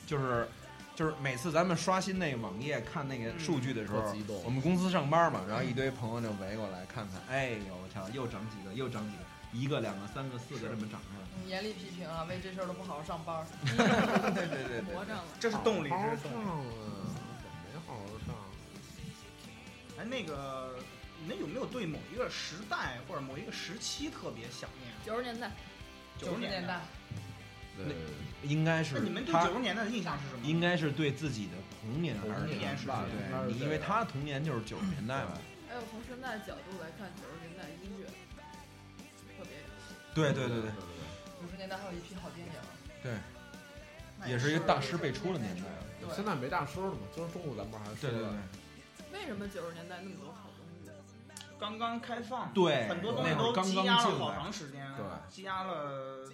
[SPEAKER 5] 就是就是每次咱们刷新那个网页看那个数据的时候
[SPEAKER 6] 特，激动
[SPEAKER 5] 我们公司上班嘛，然后一堆朋友就围过来看看，哎呦我操，又涨几个，又涨几个，一个两个三个四个这么涨上
[SPEAKER 9] 你严厉批评啊，为这事儿都不好好上班儿。
[SPEAKER 5] 来，对对对
[SPEAKER 2] 魔障了，
[SPEAKER 8] 这是动力，
[SPEAKER 6] 好好
[SPEAKER 8] 这是
[SPEAKER 6] 上
[SPEAKER 5] 哦
[SPEAKER 8] 动力。
[SPEAKER 6] 啊，怎么没好好上？
[SPEAKER 8] 哎，那个，你们有没有对某一个时代或者某一个时期特别想念？
[SPEAKER 2] 九十年代
[SPEAKER 8] 九
[SPEAKER 9] 十
[SPEAKER 8] 十
[SPEAKER 9] 年
[SPEAKER 8] 年代，
[SPEAKER 9] 代，
[SPEAKER 6] 对，
[SPEAKER 5] 应该
[SPEAKER 8] 那
[SPEAKER 5] 是
[SPEAKER 8] 你们对
[SPEAKER 5] 他
[SPEAKER 8] 九十年代的印象是什么？
[SPEAKER 5] 应该是对自己的童年还是
[SPEAKER 6] 童
[SPEAKER 8] 年
[SPEAKER 5] 什么吧？
[SPEAKER 8] 是
[SPEAKER 6] 应该是
[SPEAKER 5] 对，你
[SPEAKER 6] 这
[SPEAKER 5] 因为
[SPEAKER 6] 样
[SPEAKER 5] 他童年就是九十年代嘛，
[SPEAKER 2] 哎，我从现在角度来看，九十年代音乐特别
[SPEAKER 5] 对对对对。
[SPEAKER 9] 九十年代还有一批好电影。
[SPEAKER 5] 对
[SPEAKER 9] 那
[SPEAKER 5] 也是一个大师辈出的年代。
[SPEAKER 9] 对
[SPEAKER 6] 现，在没大叔了嘛？今儿中午咱们还说
[SPEAKER 5] 对对对
[SPEAKER 6] 了，，
[SPEAKER 2] 为什么九十年代那么多好东西？
[SPEAKER 8] 刚刚开放，
[SPEAKER 5] 对
[SPEAKER 8] 很多东西
[SPEAKER 5] 那会儿
[SPEAKER 8] 都
[SPEAKER 5] 刚
[SPEAKER 8] 积
[SPEAKER 5] 刚
[SPEAKER 8] 压
[SPEAKER 5] 进
[SPEAKER 8] 了好
[SPEAKER 5] 来
[SPEAKER 8] 长时间，啊
[SPEAKER 5] 对
[SPEAKER 8] 积压了。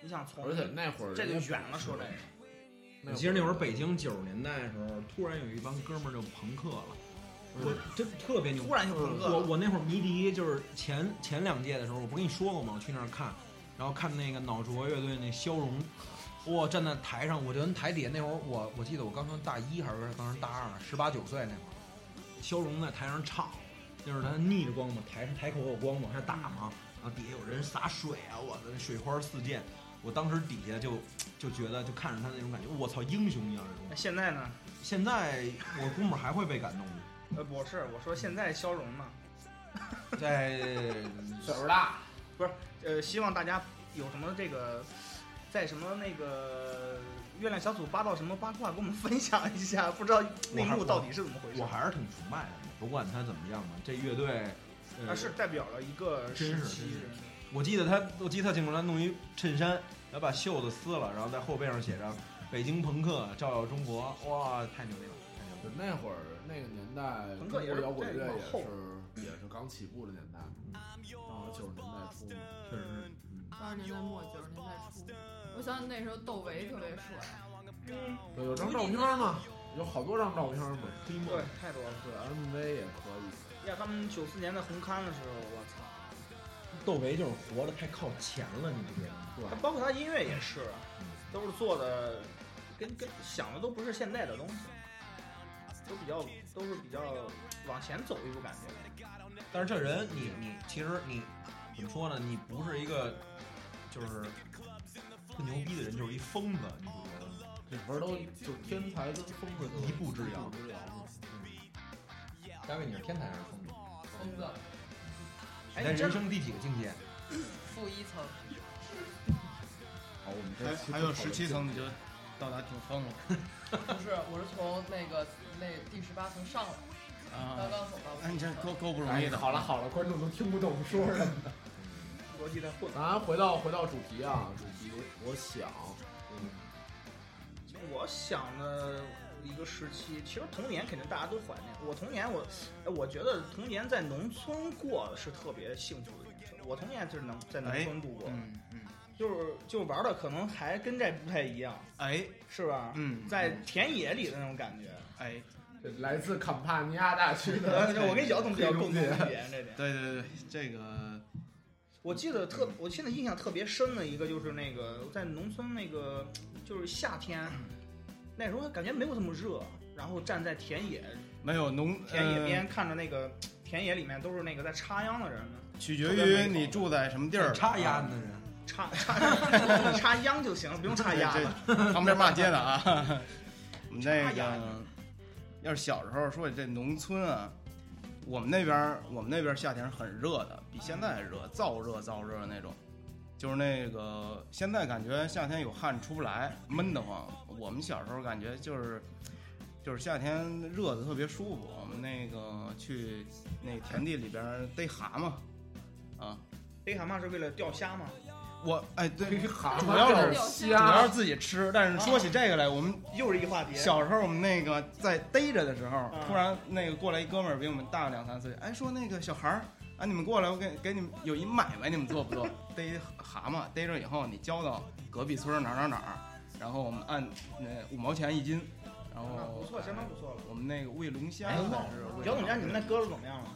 [SPEAKER 8] 你想从
[SPEAKER 6] 而且那会儿
[SPEAKER 8] 这就远了，说这
[SPEAKER 6] 个。
[SPEAKER 8] 个
[SPEAKER 5] 我记得那会儿北京九十年代的时候，突然有一帮哥们儿就朋克了，我真特别牛。
[SPEAKER 8] 突然就朋克
[SPEAKER 5] 我
[SPEAKER 8] 了。
[SPEAKER 5] 我那会儿迷笛就是前前两届的时候，我不跟你说过吗？我去那儿看，然后看那个脑浊乐队那肖荣，哇，站在台上，我就跟台底下那会儿，我我记得我刚上大一还是刚上大二，十八九岁那会儿，肖荣在台上唱，就是他逆着光嘛，台上台口有光往下打嘛，然后底下有人洒水啊，我的水花四溅，我当时底下就就觉得就看着他那种感觉，我操，英雄一样那
[SPEAKER 8] 那
[SPEAKER 5] 种。
[SPEAKER 8] 现在呢？
[SPEAKER 5] 现在我估摸还会被感动 *laughs* 的，
[SPEAKER 8] 呃，不是，我说现在消融嘛，
[SPEAKER 5] 在
[SPEAKER 6] 岁数大，
[SPEAKER 8] 呃，希望大家有什么这个，在什么那个月亮小组八到什么八卦，给我们分享一下，不知道内幕到底是怎么回事
[SPEAKER 5] 我。还是挺崇拜的，不管他怎么样吧，这乐队，呃、
[SPEAKER 8] 啊，是代表了一个时
[SPEAKER 5] 真是
[SPEAKER 8] 期
[SPEAKER 5] 真是，我记得他，我记得他经常弄一衬衫，然后把袖子撕了，然后在后背上写着“北京朋克照耀中国”，哇，太牛逼了，太牛逼
[SPEAKER 6] 就
[SPEAKER 5] 了！
[SPEAKER 6] 那会儿那个年代，
[SPEAKER 8] 朋
[SPEAKER 6] 中
[SPEAKER 8] 克
[SPEAKER 6] 国
[SPEAKER 8] 也是
[SPEAKER 6] 摇滚乐
[SPEAKER 8] 在往
[SPEAKER 6] 也
[SPEAKER 8] 后
[SPEAKER 6] 是也是刚起步的年代，然后九十年代初嘛。
[SPEAKER 5] 确实是，嗯，
[SPEAKER 2] 八十年代末九十年代初，我想起那时候窦唯特别帅，
[SPEAKER 6] 对，有张照片嘛，有好多张照片嘛，黑幕
[SPEAKER 8] 对，太多了。
[SPEAKER 6] 对 MV 也可以。
[SPEAKER 8] 呀，他们九四年在红勘的时候，我操，
[SPEAKER 5] 窦唯就是活得太靠前了，你这个人。
[SPEAKER 8] 他包括他音乐也是，啊
[SPEAKER 5] 嗯
[SPEAKER 8] 都是做的跟跟想的都不是现代的东西，都比较都是比较往前走一步感觉。
[SPEAKER 5] 但是这人，你你其实你怎么说呢？你不是一个就是特牛逼的人，就是一疯子，你不觉得吗？
[SPEAKER 6] 两边都就是天才跟疯子都
[SPEAKER 5] 一步之遥
[SPEAKER 6] 一步之遥嘛
[SPEAKER 5] 嘉伟，你是天才还是疯子？
[SPEAKER 9] 疯子，
[SPEAKER 8] 哎
[SPEAKER 5] 你在人生第几个境界？
[SPEAKER 9] 负一层，
[SPEAKER 5] 好，我们这
[SPEAKER 10] 还
[SPEAKER 5] 期
[SPEAKER 10] 还有
[SPEAKER 5] 讨论
[SPEAKER 10] 十七层你
[SPEAKER 5] 这
[SPEAKER 10] 就
[SPEAKER 5] 个
[SPEAKER 10] 到达顶峰了
[SPEAKER 9] 不是，我是从那个那第十八层上来，刚
[SPEAKER 10] 啊！
[SPEAKER 9] 刚走到。
[SPEAKER 10] 哎，你这够够不容
[SPEAKER 6] 哎
[SPEAKER 10] 易的。
[SPEAKER 6] 好了，好了，观众都听不懂说什么。
[SPEAKER 8] 逻辑在混。
[SPEAKER 6] 咱回到回到主题啊，主题，我想，嗯，
[SPEAKER 8] 我想的一个时期，其实童年肯定大家都怀念。我童年我，哎我觉得童年在农村过是特别幸福的一件事。我童年就是能在
[SPEAKER 5] 哎
[SPEAKER 8] 农村度过，
[SPEAKER 10] 嗯嗯，
[SPEAKER 8] 就是就玩的可能还跟这不太一样，
[SPEAKER 10] 哎
[SPEAKER 8] 是吧？
[SPEAKER 10] 嗯，
[SPEAKER 8] 在田野里的那种感觉，
[SPEAKER 10] 哎，
[SPEAKER 6] 这来自坎帕尼亚大区的，
[SPEAKER 8] 呃我跟姚总比较共同
[SPEAKER 6] 黑中
[SPEAKER 8] 语
[SPEAKER 6] 介
[SPEAKER 8] 言这点。
[SPEAKER 10] 对对对，这个
[SPEAKER 8] 我记得特，我现在印象特别深的一个就是那个在农村那个，就是夏天，那时候感觉没有这么热，然后站在田野
[SPEAKER 10] 没有农
[SPEAKER 8] 田野
[SPEAKER 10] 呃
[SPEAKER 8] 边看着那个田野里面都是那个在插秧的人，
[SPEAKER 10] 取决于你住在什么地儿，啊
[SPEAKER 5] 插秧的人，
[SPEAKER 8] 插插插插秧 *laughs* 就行了，不用插秧了。
[SPEAKER 10] 这旁边骂街的啊。 *laughs* 我们那
[SPEAKER 8] 插秧
[SPEAKER 10] 个要是小时候说起这农村啊，我们那边儿我们那边儿夏天是很热的，比现在还热，燥热燥热那种。就是那个现在感觉夏天有汗出不来，闷得慌。我们小时候感觉就是就是夏天热的特别舒服。我们那个去那田地里边儿逮蛤蟆啊，
[SPEAKER 8] 逮蛤蟆是为了钓虾吗？
[SPEAKER 10] 我哎对，
[SPEAKER 6] 这蛤
[SPEAKER 10] 主
[SPEAKER 6] 蟆
[SPEAKER 10] 要
[SPEAKER 6] 就是
[SPEAKER 10] 主
[SPEAKER 6] 虾
[SPEAKER 10] 要是自己吃。但是说起这个来，我们
[SPEAKER 8] 又是一话题。
[SPEAKER 10] 小时候我们那个在逮着的时候
[SPEAKER 8] 嗯，
[SPEAKER 10] 突然那个过来一哥们儿比我们大两三岁，哎，说那个小孩儿啊，你们过来，我给给你们有一买卖，你们做不
[SPEAKER 8] *laughs*
[SPEAKER 10] 做？逮蛤蟆，逮着以后你交到隔壁村儿哪儿哪儿哪儿，然后我们按那五毛钱一斤，然
[SPEAKER 8] 那
[SPEAKER 10] 后
[SPEAKER 8] 啊不错，相当不错了。
[SPEAKER 10] 我们那个喂龙虾
[SPEAKER 8] 哎
[SPEAKER 10] 还是
[SPEAKER 8] 我
[SPEAKER 10] 喂
[SPEAKER 8] 姚总
[SPEAKER 10] 啥
[SPEAKER 8] 监，你们那鸽子怎么样了？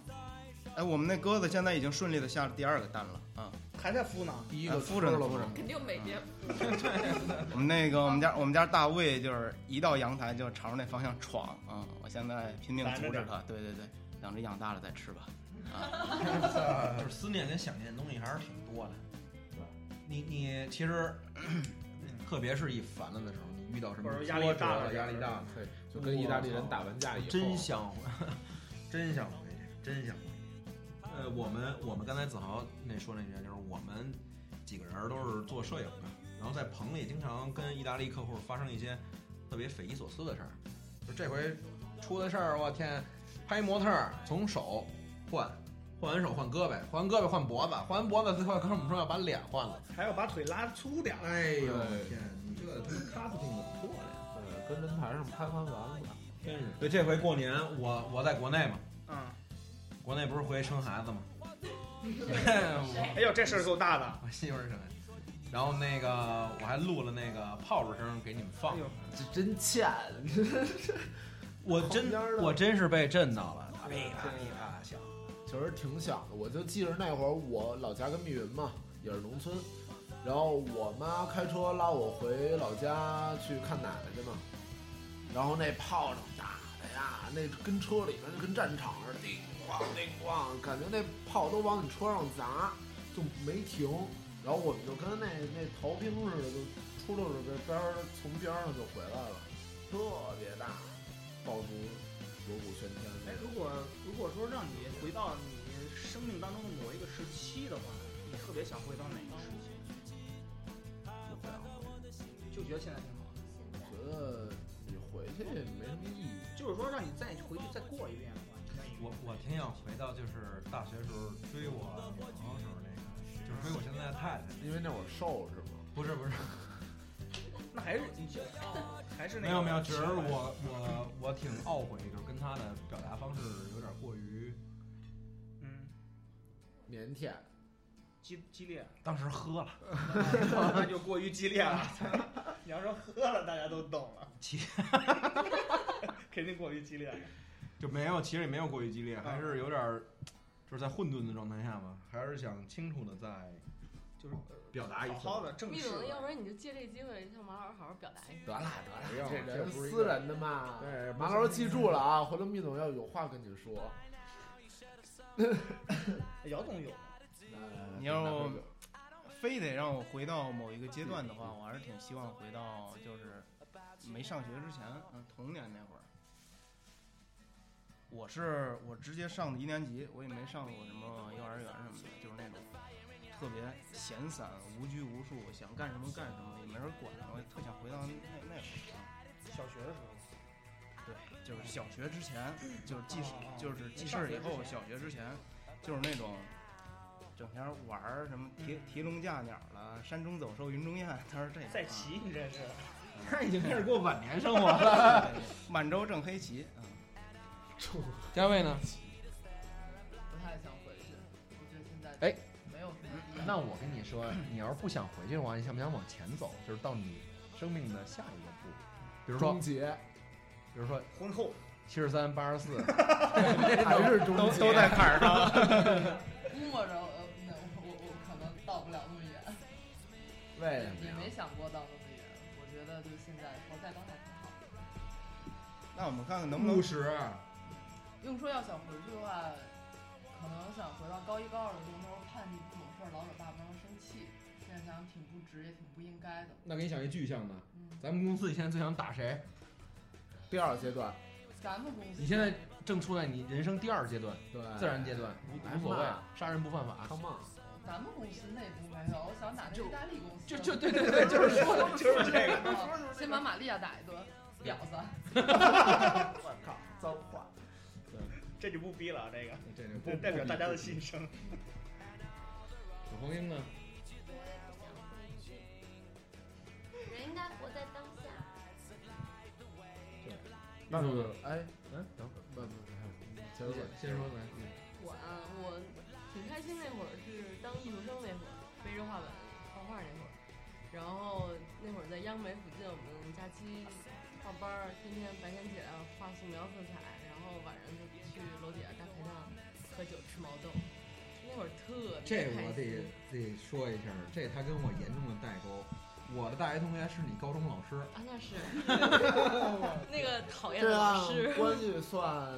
[SPEAKER 10] 哎，我们那鸽子现在已经顺利的下了第二个蛋了啊，
[SPEAKER 8] 还在孵呢？
[SPEAKER 6] 第一个
[SPEAKER 10] 啊敷着呢
[SPEAKER 6] 吃了
[SPEAKER 5] *laughs*
[SPEAKER 10] 敷着呢
[SPEAKER 2] 肯定没别
[SPEAKER 10] 我们那个我们家我们家大卫就是一到阳台就朝着那方向闯啊、我现在拼命阻止他，对对对，等着养大了再吃吧。
[SPEAKER 5] 就是思念跟想念的东西还是挺多的。你你其实，特别是一烦了的时候，你遇到什么
[SPEAKER 8] 或者压力
[SPEAKER 5] 挫折
[SPEAKER 8] 大了
[SPEAKER 5] 了，压力大了，
[SPEAKER 6] 对，就跟意大利人打完架以后，
[SPEAKER 5] 真想回，真想回去，真想回去。呃，我们我们刚才子豪那说那句，就是我们几个人儿都是做摄影的，然后在棚里经常跟意大利客户发生一些特别匪夷所思的事儿。就这回出的事儿，我天，拍模特儿从手换，换完手换胳膊，换完胳膊换脖子，换完脖子再换胳膊，我们说要把脸换了。
[SPEAKER 8] 还要把腿拉粗点儿。
[SPEAKER 5] 哎
[SPEAKER 6] 呦我
[SPEAKER 5] 天，你这咖啡怎么做呀？
[SPEAKER 6] 呃跟人台上拍完完了，
[SPEAKER 5] 真是。对，这回过年我我在国内嘛，
[SPEAKER 8] 嗯，
[SPEAKER 5] 国内不是回生孩子吗？ *laughs*
[SPEAKER 8] 哎呦，这事儿够大的。
[SPEAKER 5] 我媳妇儿生的。然后那个我还录了那个泡泡声给你们放
[SPEAKER 8] 哎，呦，
[SPEAKER 6] 这真欠，
[SPEAKER 5] 我
[SPEAKER 6] 旁
[SPEAKER 5] 真
[SPEAKER 6] 边儿的
[SPEAKER 5] 我真是被震到了，噼啪噼啪响。
[SPEAKER 6] 其实挺想的。我就记着那会儿我老家跟密云嘛，也是农村，然后我妈开车拉我回老家去看奶奶去嘛，然后那炮仗打的呀，那跟车里面就跟战场似的，叮咣叮咣，感觉那炮都往你车上砸，就没停。然后我们就跟那那逃兵似的，就出溜着这边儿从边儿上就回来了，特别大，爆竹锣鼓喧天
[SPEAKER 8] 哎，
[SPEAKER 6] 那种。
[SPEAKER 8] 如果如果说让你回到你生命当中的某一个时期的话，你特别想回到哪个时期？
[SPEAKER 6] 不想回
[SPEAKER 8] 就觉得现在挺好。
[SPEAKER 7] 现在
[SPEAKER 6] 觉得你回去没什么意义。
[SPEAKER 8] 就是说让你再回去再过一遍的话，你愿意吗
[SPEAKER 5] 我我挺想回到就是大学时候追我女朋友时候那个，就是追我现在的太太。
[SPEAKER 6] 因为那会儿瘦是吗？
[SPEAKER 5] 不是不是，
[SPEAKER 8] 那还是你这还是那
[SPEAKER 5] 没
[SPEAKER 8] 个
[SPEAKER 5] 有没有，只是我我我挺懊悔，就是跟她的表达方式有点过于，
[SPEAKER 8] 嗯
[SPEAKER 6] 腼腆，
[SPEAKER 8] 激激烈， *laughs*
[SPEAKER 5] 当时喝了。
[SPEAKER 8] 那就过于激烈了。 *laughs* 你要说喝了，大家都懂了，
[SPEAKER 5] 激，
[SPEAKER 8] *laughs* 肯定过于激烈了。
[SPEAKER 5] 就没有，其实也没有过于激烈，还是有点儿，就是在混沌的状态下嘛，还是想清楚的在
[SPEAKER 8] 就是
[SPEAKER 5] 表达一
[SPEAKER 8] 好
[SPEAKER 5] 次。
[SPEAKER 8] 好的
[SPEAKER 9] 嗯
[SPEAKER 8] 正
[SPEAKER 3] 密
[SPEAKER 8] 式
[SPEAKER 3] 总，要不
[SPEAKER 8] 了。
[SPEAKER 3] 然你就借这机会向马老师好好表达一下。
[SPEAKER 6] 得了
[SPEAKER 5] 不要
[SPEAKER 6] 这
[SPEAKER 5] 这
[SPEAKER 6] 人
[SPEAKER 5] 不是一
[SPEAKER 6] 私
[SPEAKER 5] 个
[SPEAKER 6] 人的嘛。
[SPEAKER 5] 对
[SPEAKER 6] 马老师记住了啊，回头密总要有话跟你说。
[SPEAKER 8] 哎姚总有，
[SPEAKER 6] 呃
[SPEAKER 10] 你要
[SPEAKER 6] 那会儿有
[SPEAKER 10] 非得让我回到某一个阶段的话，我还是挺希望回到就是没上学之前，嗯，童年那会儿。我是我直接上的一年级，我也没上过什么幼儿园什么的，就是那种特别闲散、无拘无束，想干什么干什么，也没人管，我也特想回到那那会儿，
[SPEAKER 8] 小学的时候。
[SPEAKER 10] 对，就是小学之前，就是记事
[SPEAKER 8] 哦哦，
[SPEAKER 10] 就是记事
[SPEAKER 8] 上
[SPEAKER 10] 儿
[SPEAKER 8] 学
[SPEAKER 10] 以
[SPEAKER 8] 之
[SPEAKER 10] 后，
[SPEAKER 8] 前
[SPEAKER 10] 小学之前，就是那种整天玩儿什么提提笼架鸟了，山中走兽，云中雁，他说这
[SPEAKER 8] 赛棋，你这是，
[SPEAKER 10] 他已经
[SPEAKER 8] 开始
[SPEAKER 10] 过晚年生活
[SPEAKER 8] 了，
[SPEAKER 10] 啊满洲正黑棋，嗯，
[SPEAKER 11] 嘉卫呢？
[SPEAKER 9] 不太想回去。我觉得现在
[SPEAKER 5] 哎
[SPEAKER 9] 没有什么必要。
[SPEAKER 5] 那我跟你说，你要是不想回去的话，你想不想往前走？就是到你生命的下一个步，比如说
[SPEAKER 6] 终结，
[SPEAKER 5] 比如说
[SPEAKER 8] 婚后
[SPEAKER 5] 七十三、八十 *laughs* 四，
[SPEAKER 6] 还是终结
[SPEAKER 5] 都都在坎儿上。
[SPEAKER 9] 摸着呃，那我我我可能到不了那么远。
[SPEAKER 6] 为什么
[SPEAKER 9] 也
[SPEAKER 6] 呀
[SPEAKER 9] 没想过到那么远，我觉得就现在活在当下挺好。
[SPEAKER 10] 那我们看看能不能
[SPEAKER 5] 务实
[SPEAKER 9] 用说要想回去的话，可能想回到高一高二的时候，那时候叛逆不懂事儿，老惹爸妈生气。现在想想挺不值，也挺不应该的。
[SPEAKER 5] 那给你想一具象的，咱们公司现在最想打谁？
[SPEAKER 6] 第二阶段，
[SPEAKER 9] 咱们公司
[SPEAKER 5] 你现在正处在你人生第二阶段，
[SPEAKER 6] 对
[SPEAKER 5] 自然阶段，无无所谓
[SPEAKER 6] 来嘛，
[SPEAKER 5] 杀人不犯法。
[SPEAKER 6] Come on，
[SPEAKER 9] 咱们公司内部没有，我想打那意大利公司。
[SPEAKER 5] 就就对对对就
[SPEAKER 8] *laughs*
[SPEAKER 5] 是说的就是这个
[SPEAKER 9] 个。先把玛利亚打一顿，婊子。
[SPEAKER 8] 我
[SPEAKER 6] 靠，脏话。
[SPEAKER 8] 这就不逼了，啊这个，
[SPEAKER 5] 这
[SPEAKER 8] 就代表大家的心声。
[SPEAKER 5] 楚红英呢？
[SPEAKER 7] 我也不想回去。人应该活在当下。
[SPEAKER 6] 那
[SPEAKER 5] 你说
[SPEAKER 6] 哎，
[SPEAKER 5] 嗯，等会儿，
[SPEAKER 6] 不不不，接着
[SPEAKER 5] 你
[SPEAKER 6] 说
[SPEAKER 5] 先先说来。嗯
[SPEAKER 12] 我啊，我挺开心那会儿是当艺术生那会儿，背着画板画画那会儿，然后那会儿在央美附近，我们假期画班儿，天天白天起来画素描色彩，然后晚上就去楼底下大排档喝酒吃毛豆，那会儿特别
[SPEAKER 5] 这
[SPEAKER 12] 开
[SPEAKER 5] 我
[SPEAKER 12] 心
[SPEAKER 5] 得得说一下，这他跟我严重的代沟。我的大学同学是你高中老
[SPEAKER 6] *laughs*
[SPEAKER 5] 师，
[SPEAKER 12] 啊，那是那个讨厌的
[SPEAKER 6] 这
[SPEAKER 5] 啊
[SPEAKER 12] 老
[SPEAKER 6] 样
[SPEAKER 12] 师，
[SPEAKER 6] 关系算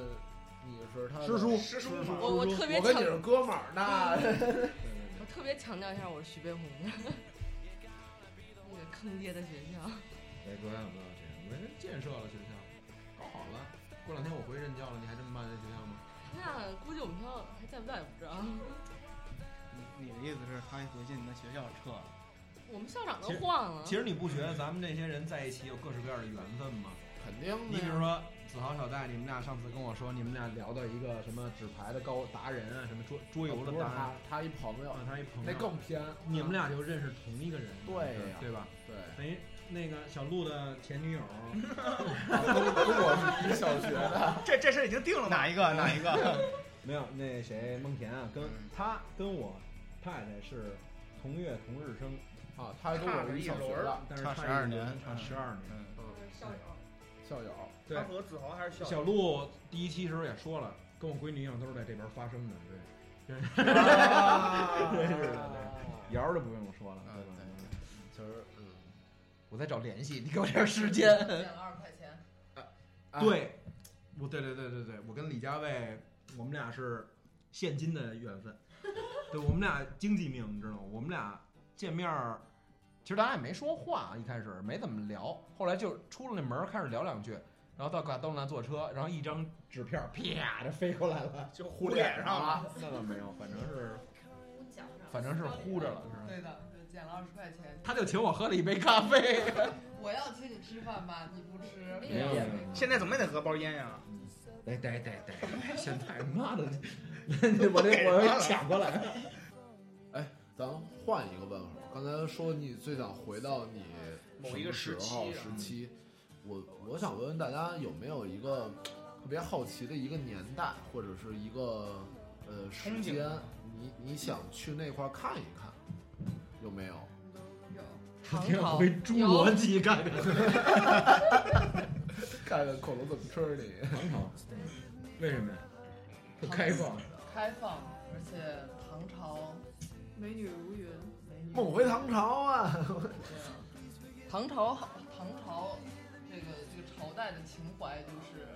[SPEAKER 6] 你是他的
[SPEAKER 5] 师叔
[SPEAKER 6] 师叔，
[SPEAKER 8] 嗯
[SPEAKER 12] 我我特别
[SPEAKER 6] 我跟你
[SPEAKER 12] 强
[SPEAKER 6] 是哥
[SPEAKER 5] 嗯
[SPEAKER 6] 们儿，那
[SPEAKER 12] 我特别强调一下，我是徐悲鸿的， *laughs* 那个坑爹的学校。
[SPEAKER 5] *laughs*
[SPEAKER 12] *laughs*
[SPEAKER 5] 哎，哥想不到这样，我人建设了学校，搞好了。过两天我回任教了，你还这么骂这学校吗？
[SPEAKER 12] 那估计我们学校还在不在也不知道。
[SPEAKER 10] 你你的意思是，他一回去，你的学校撤了？
[SPEAKER 12] 我们校长都换了。
[SPEAKER 11] 其实你不觉得咱们这些人在一起有各式各样的缘分吗？
[SPEAKER 6] 肯定
[SPEAKER 5] 你比如说子豪、小戴，你们俩上次跟我说，你们俩聊到一个什么纸牌的高达人啊，什么桌桌游的
[SPEAKER 6] 哦不是
[SPEAKER 5] 达
[SPEAKER 6] 他
[SPEAKER 5] 人，，
[SPEAKER 6] 他一朋友
[SPEAKER 5] 啊，他一朋友，
[SPEAKER 6] 那更偏，
[SPEAKER 5] 你们俩就认识同一个人，
[SPEAKER 6] 对呀
[SPEAKER 5] 对吧？
[SPEAKER 6] 对，
[SPEAKER 5] 等于那个小鹿的前
[SPEAKER 6] *laughs*
[SPEAKER 5] 女友，
[SPEAKER 6] 跟我是一小学 *laughs* 的，
[SPEAKER 8] 这这事已经定了
[SPEAKER 10] 哪一个？哪一个？
[SPEAKER 11] 没有，那谁孟田啊，跟
[SPEAKER 6] 嗯
[SPEAKER 11] 他跟我太太是同月同日生，
[SPEAKER 6] 啊，他跟我是一小学的，
[SPEAKER 11] 但是
[SPEAKER 10] 差
[SPEAKER 11] 差
[SPEAKER 10] 12
[SPEAKER 11] 一
[SPEAKER 10] 年
[SPEAKER 11] 差十二年。
[SPEAKER 10] 嗯，
[SPEAKER 7] 校友。
[SPEAKER 6] 校友，
[SPEAKER 5] 对
[SPEAKER 8] 他，和子豪还是
[SPEAKER 5] 小鹿第一期时候也说了，跟我闺女一样，都是在这边发生的， *laughs* 对。
[SPEAKER 6] 啊
[SPEAKER 5] 对对对瑶儿就不用说了，啊对吧？
[SPEAKER 6] 其实嗯，
[SPEAKER 5] 我在找联系，你给我点时间。
[SPEAKER 9] 减二十块钱。
[SPEAKER 5] 哎
[SPEAKER 6] 啊
[SPEAKER 11] 对，我对对对对对，我跟李佳卫，我们俩是现今的缘分，对我们俩经济命，你知道吗？我们俩见面儿，
[SPEAKER 5] 其实咱俩也没说话，啊一开始没怎么聊，后来就出了那门儿开始聊两句，然后到嘎兜那坐车，然后一张纸片儿啪就飞过来了，
[SPEAKER 8] 就
[SPEAKER 5] 糊
[SPEAKER 8] 糊脸上了。
[SPEAKER 5] 了。那倒没有，反正是
[SPEAKER 7] 捂脚上。
[SPEAKER 5] *laughs* 反正是糊着了，是吧？
[SPEAKER 9] 对的，就减了二十块钱。
[SPEAKER 5] 他就请我喝了一杯咖啡，
[SPEAKER 9] 我要请你吃饭吧，你不吃。
[SPEAKER 5] 没有没有
[SPEAKER 8] 现在怎么也得合包烟呀？
[SPEAKER 5] 得得得得，现在妈 *laughs* 的，我得我要抢过来。
[SPEAKER 6] 咱换一个问号，刚才说你最想回到你
[SPEAKER 8] 某一个
[SPEAKER 6] 什
[SPEAKER 8] 时
[SPEAKER 6] 么
[SPEAKER 8] 期
[SPEAKER 6] 时候
[SPEAKER 8] 啊
[SPEAKER 6] 时期，我我想问问大家有没有一个特别好奇的一个年代，或者是一个呃时
[SPEAKER 8] 憧憬
[SPEAKER 6] 间，你你想去那块儿看一看，有没有？
[SPEAKER 9] 有
[SPEAKER 5] 我挺想回侏罗纪看看。
[SPEAKER 6] 看看恐龙怎么吃你？
[SPEAKER 5] 唐朝，为什么呀？不开放，
[SPEAKER 9] 开放，而且唐朝
[SPEAKER 13] 美女如云，
[SPEAKER 9] 美女
[SPEAKER 6] 梦回唐朝啊！
[SPEAKER 9] 唐朝好，唐朝这个这个朝代的情怀就是，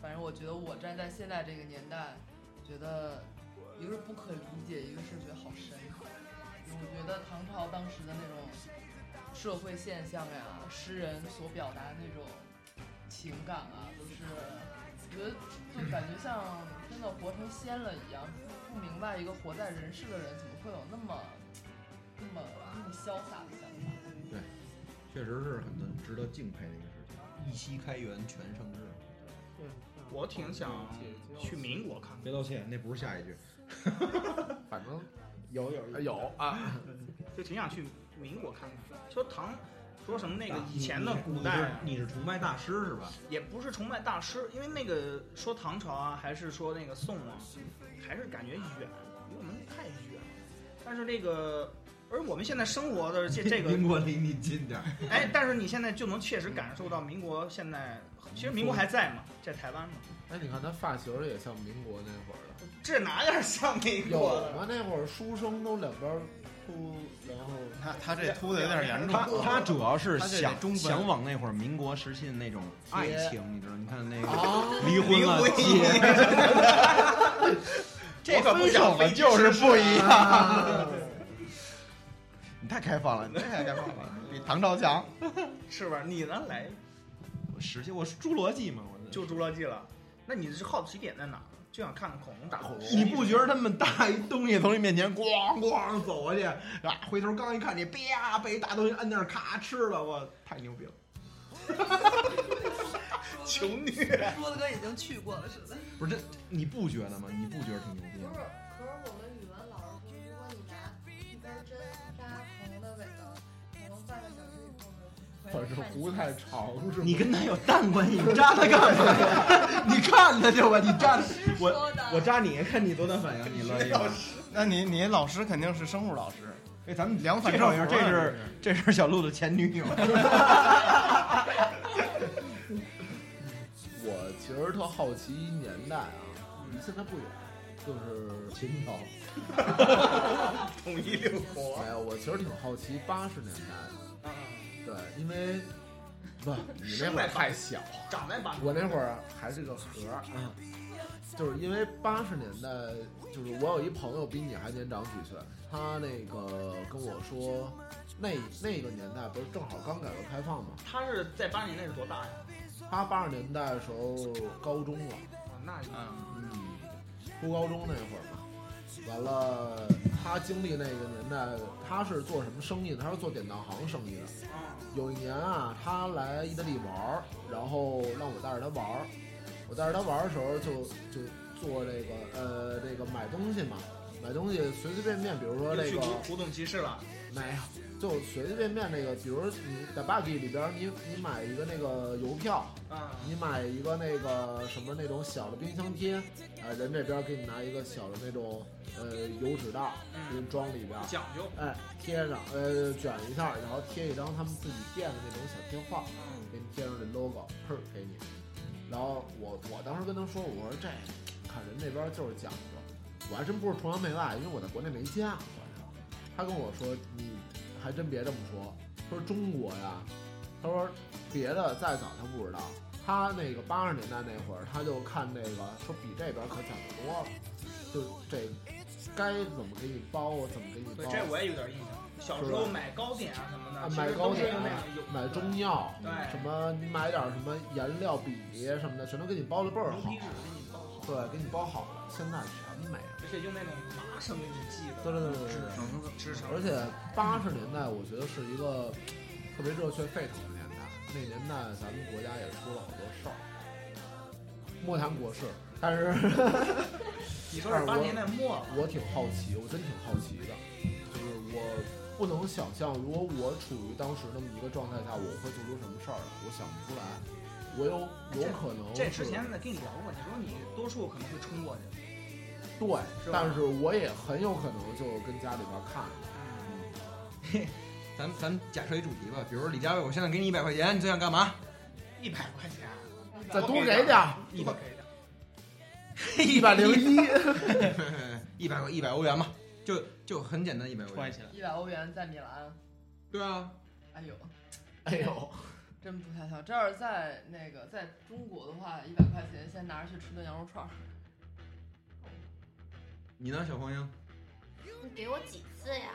[SPEAKER 9] 反正我觉得我站在现在这个年代，觉得一个是不可理解，一个是觉得好神。我觉得唐朝当时的那种社会现象呀，诗人所表达的那种情感啊，都是觉得就感觉像真的活成仙了一样，不明白一个活在人世的人怎么会有那么那么那么潇洒的想法。
[SPEAKER 5] 对，确实是很值得敬佩的一个事情。一夕开元，全盛至。
[SPEAKER 8] 我挺想去民国看看。
[SPEAKER 5] 别道歉，那不是下一句。
[SPEAKER 6] 反正
[SPEAKER 5] 有有
[SPEAKER 6] 有啊， *laughs*
[SPEAKER 8] 就挺想去民国看看。说唐，说什么那个以前的
[SPEAKER 5] 你
[SPEAKER 8] 古代，
[SPEAKER 5] 你是你是崇拜大师是吧？
[SPEAKER 8] 也不是崇拜大师，因为那个说唐朝啊，还是说那个宋啊，还是感觉远，离我们太远了。但是那个，而我们现在生活的这 *laughs*
[SPEAKER 5] *laughs*
[SPEAKER 8] 这个
[SPEAKER 5] 民国离你近点儿。
[SPEAKER 8] 哎，但是你现在就能确实感受到民国现在，其实民国还在嘛，在台湾嘛，
[SPEAKER 6] 哎，你看他发型儿也像民国那会儿的，
[SPEAKER 8] 这哪点像民国
[SPEAKER 6] 有啊吗？那会儿书生都两边儿秃，然后
[SPEAKER 10] 他他这秃的有点严
[SPEAKER 5] *laughs*
[SPEAKER 10] 重啊
[SPEAKER 5] 他他主要是
[SPEAKER 10] 他这得
[SPEAKER 5] 想
[SPEAKER 10] 中分
[SPEAKER 5] 向往那会儿民国时期的那种爱
[SPEAKER 6] 贴
[SPEAKER 5] 情，你知道？你看那
[SPEAKER 6] 哦
[SPEAKER 5] 个离婚了
[SPEAKER 6] 离婚
[SPEAKER 5] 结，
[SPEAKER 8] 这
[SPEAKER 5] 可
[SPEAKER 8] 可
[SPEAKER 5] 不
[SPEAKER 8] 不
[SPEAKER 5] 想
[SPEAKER 8] 像
[SPEAKER 5] 了，
[SPEAKER 8] 非
[SPEAKER 5] 就是不一样 *laughs*
[SPEAKER 8] 啊。
[SPEAKER 10] 你太开放了，你太开放了，比唐朝强。
[SPEAKER 8] 是吧？你呢？来，
[SPEAKER 5] 我实际我是侏罗纪嘛，我
[SPEAKER 8] 就侏罗纪了。那你是好奇点在哪儿？就想看看恐龙打恐
[SPEAKER 5] 你不觉得他们大一东西从你面前咣咣走过去，啊，回头刚一看你，啪被一大东西摁那儿，咔吃了，我太牛逼了。
[SPEAKER 8] 穷女，
[SPEAKER 14] 桌子哥已经去过了似的。
[SPEAKER 5] 不是这，你不觉得吗？你不觉得挺牛逼
[SPEAKER 14] 不
[SPEAKER 5] 吗
[SPEAKER 14] 是？，可是我们语文老师说，如果你拿一根针扎虫的尾巴，可能半个小时以后能
[SPEAKER 6] 可是不太长，是吗
[SPEAKER 5] 你跟他有蛋关系，你扎他干嘛呀？ *laughs* 你看他就吧，你扎
[SPEAKER 14] 我
[SPEAKER 5] 我扎你，看你多大反应，你乐意吗？ *laughs*
[SPEAKER 10] 那你你老师肯定是生物老师。
[SPEAKER 5] 哎，咱们
[SPEAKER 10] 两反
[SPEAKER 5] 这
[SPEAKER 10] 正
[SPEAKER 5] 玩意儿，这是 *laughs* 这是小鹿的前女友。
[SPEAKER 6] 我其实特好奇一年代啊，离现在不远，就是秦朝
[SPEAKER 8] 统一六国。
[SPEAKER 6] 没有，我其实挺好奇八十年代的，对，因为 *laughs* 不，嗯你那会儿太小，啊
[SPEAKER 8] 长在八十
[SPEAKER 6] 我那会儿还是个壳儿，嗯就是因为八十年代，就是我有一朋友比你还年长几岁，他那个跟我说，那那个年代不是正好刚改革开放嘛，
[SPEAKER 8] 他是在八十年代是多大呀？
[SPEAKER 6] 他八十年代的时候高中了。
[SPEAKER 8] 啊，那
[SPEAKER 6] 嗯，初高中那会儿嘛，完了他经历那个年代，他是做什么生意的？他是做典当行生意的。有一年啊，他来意大利玩儿，然后让我带着他玩儿。我带着他玩儿的时候就，就做这个呃这个买东西嘛，买东西随随便便，比如说
[SPEAKER 8] 又
[SPEAKER 6] 这
[SPEAKER 8] 去
[SPEAKER 6] 个
[SPEAKER 8] 古古董集市了。
[SPEAKER 6] 没有，就随随便便那个，比如你在巴黎里边儿，你你买一个那个邮票，
[SPEAKER 8] 嗯
[SPEAKER 6] 你买一个那个什么那种小的冰箱贴，哎，人这边儿给你拿一个小的那种呃油纸袋儿，
[SPEAKER 8] 嗯
[SPEAKER 6] 给你装里边，
[SPEAKER 8] 讲究，
[SPEAKER 6] 哎，贴上，呃，卷一下，然后贴一张他们自己店的那种小贴画，给你贴上这 logo，砰给你。然后我我当时跟他说，我说这看人这边儿就是讲究，我还真不是崇洋媚外，因为我在国内没见过。他跟我说：“你还真别这么说，他说中国呀，他说别的再早他不知道，他那个八十年代那会儿他就看这个，说比这边可讲究多了，就这该怎么给你包，怎么给你
[SPEAKER 8] 对，
[SPEAKER 6] 包。
[SPEAKER 8] 这我也有点印象。小时候买糕点啊什么的，
[SPEAKER 6] 啊，
[SPEAKER 8] 其实
[SPEAKER 6] 买糕
[SPEAKER 8] 都是
[SPEAKER 6] 点
[SPEAKER 8] 那样有，
[SPEAKER 6] 买中药，
[SPEAKER 8] 对
[SPEAKER 6] 什么你买点什么颜料笔什么的，全都给你包的倍儿好，对，给你包好了，现在全没了。
[SPEAKER 8] 而且用那种麻绳给你系的，
[SPEAKER 6] 对对对对对，
[SPEAKER 8] 纸绳子，纸绳。，
[SPEAKER 6] 而且八十年代，我觉得是一个特别热血沸腾的年代。那年代咱们国家也出了好多事儿，莫谈国事。但是
[SPEAKER 8] 你说是80
[SPEAKER 6] 但我
[SPEAKER 8] 年代末
[SPEAKER 6] 我挺好奇，我真挺好奇的，就是我不能想象，如果我处于当时那么一个状态下，我会做出什么事儿来，我想不出来。我有有可能
[SPEAKER 8] 啊这
[SPEAKER 6] 是
[SPEAKER 8] 之前呢跟你聊过，你说你多数可能会冲过去，
[SPEAKER 6] 对，
[SPEAKER 8] 是吧
[SPEAKER 6] 但是我也很有可能就跟家里边看。
[SPEAKER 5] *laughs*
[SPEAKER 6] 嗯
[SPEAKER 5] 咱咱们假设一主题吧，比如说李佳薇，我现在给你一百块钱，你最想干嘛？
[SPEAKER 8] 一百块钱，啊
[SPEAKER 6] 再多给点儿
[SPEAKER 8] 一百给点儿，
[SPEAKER 6] 一百零
[SPEAKER 8] *laughs*
[SPEAKER 6] 一，
[SPEAKER 5] 一百一百欧元吧，就就很简单，一百欧元。
[SPEAKER 9] 一百欧元在米兰，
[SPEAKER 5] 对啊，
[SPEAKER 9] 哎呦，
[SPEAKER 6] 哎呦，
[SPEAKER 9] *laughs* 真不太行。这要是在那个在中国的话，一百块钱先拿着去吃顿羊肉串儿。
[SPEAKER 5] 你呢，小黄英？ *laughs*
[SPEAKER 7] 你给我几次呀？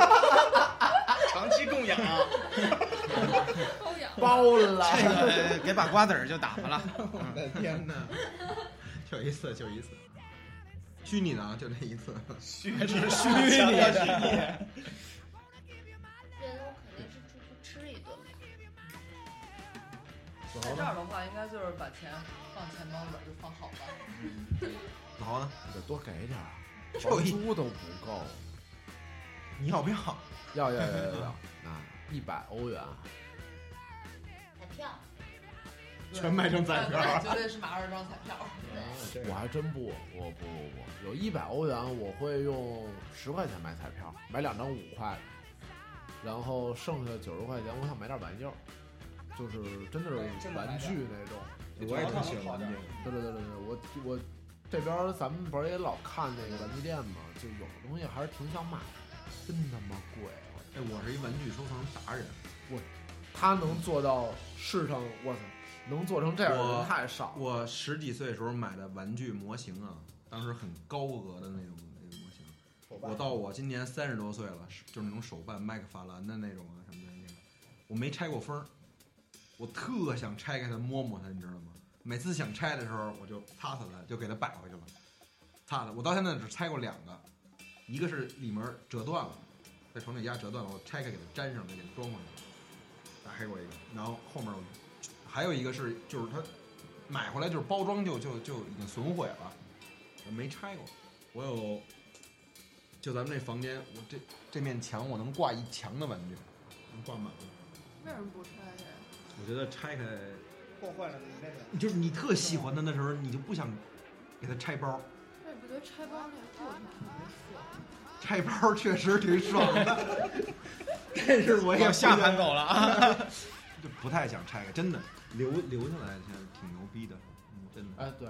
[SPEAKER 8] 啊
[SPEAKER 6] *laughs*
[SPEAKER 8] 长期供养，
[SPEAKER 2] 包养
[SPEAKER 6] 包了。
[SPEAKER 10] 这个哎给把瓜子儿就打发了。我
[SPEAKER 5] 的天哪！就一次，就一次，虚拟的啊，就这一次，虚
[SPEAKER 10] 拟虚拟 *laughs* 的
[SPEAKER 7] 觉得我肯定是出去吃一顿吧。
[SPEAKER 9] 在 *laughs* 这儿的话，应该就是把钱放钱包里边就放好
[SPEAKER 6] *laughs*
[SPEAKER 9] 了。
[SPEAKER 5] 老黄呢？
[SPEAKER 6] 得多给
[SPEAKER 8] *laughs*
[SPEAKER 6] 点儿，
[SPEAKER 5] 就啊一
[SPEAKER 6] 租都不够。
[SPEAKER 5] 你要不要？
[SPEAKER 6] 要要要要要啊！一百欧元，啊
[SPEAKER 7] 彩票，
[SPEAKER 5] 全卖成
[SPEAKER 6] 哎
[SPEAKER 5] 彩票
[SPEAKER 9] 绝对是买二十张彩票。
[SPEAKER 6] 我还真不，我不不不，有一百欧元我会用十块钱买彩票，买两张五块的，然后剩下九十块钱我想买点玩意儿，就是真的是玩具那种。
[SPEAKER 5] *laughs* 我也挺喜欢玩具。
[SPEAKER 6] 对对对对对，我我这边儿咱们不是也老看那个玩具店嘛，就有的东西还是挺想买，真他妈贵。
[SPEAKER 5] 哎，我是一玩具收藏达人，
[SPEAKER 6] 我他能做到世上，我操，能做成这样的
[SPEAKER 5] 我
[SPEAKER 6] 人太少。
[SPEAKER 5] 我十几岁的时候买的玩具模型啊，当时很高额的那种那种模型。
[SPEAKER 6] 办
[SPEAKER 5] 我到我今年三十多岁了，是就是那种手办麦克法兰的那种啊什么的那种，我没拆过封儿，我特想拆开它摸摸它，你知道吗？每次想拆的时候，我就擦擦它，就给它摆回去了。擦的，我到现在只拆过两个，一个是里面折断了，在床底下折断了，我拆开给它粘上，再给它装回去，打开过一个，然后后面我还有一个是就是它买回来就是包装就就就已经损毁了，我没拆过。我有，就咱们这房间，我这这面墙我能挂一墙的玩具，能挂满了。
[SPEAKER 2] 为什么不拆呀？
[SPEAKER 5] 我觉得拆开
[SPEAKER 8] 破坏了你那个。
[SPEAKER 5] 就是你特喜欢的那时候，你就不想给它拆包。
[SPEAKER 2] 那你不觉得拆包那个过程特别爽吗？
[SPEAKER 5] 拆包确实挺爽的， *laughs* 但是我也
[SPEAKER 10] 往下盘走了啊，
[SPEAKER 5] *laughs* 就不太想拆开，真的留留下来现在挺牛逼的，嗯，真的。
[SPEAKER 6] 哎，对，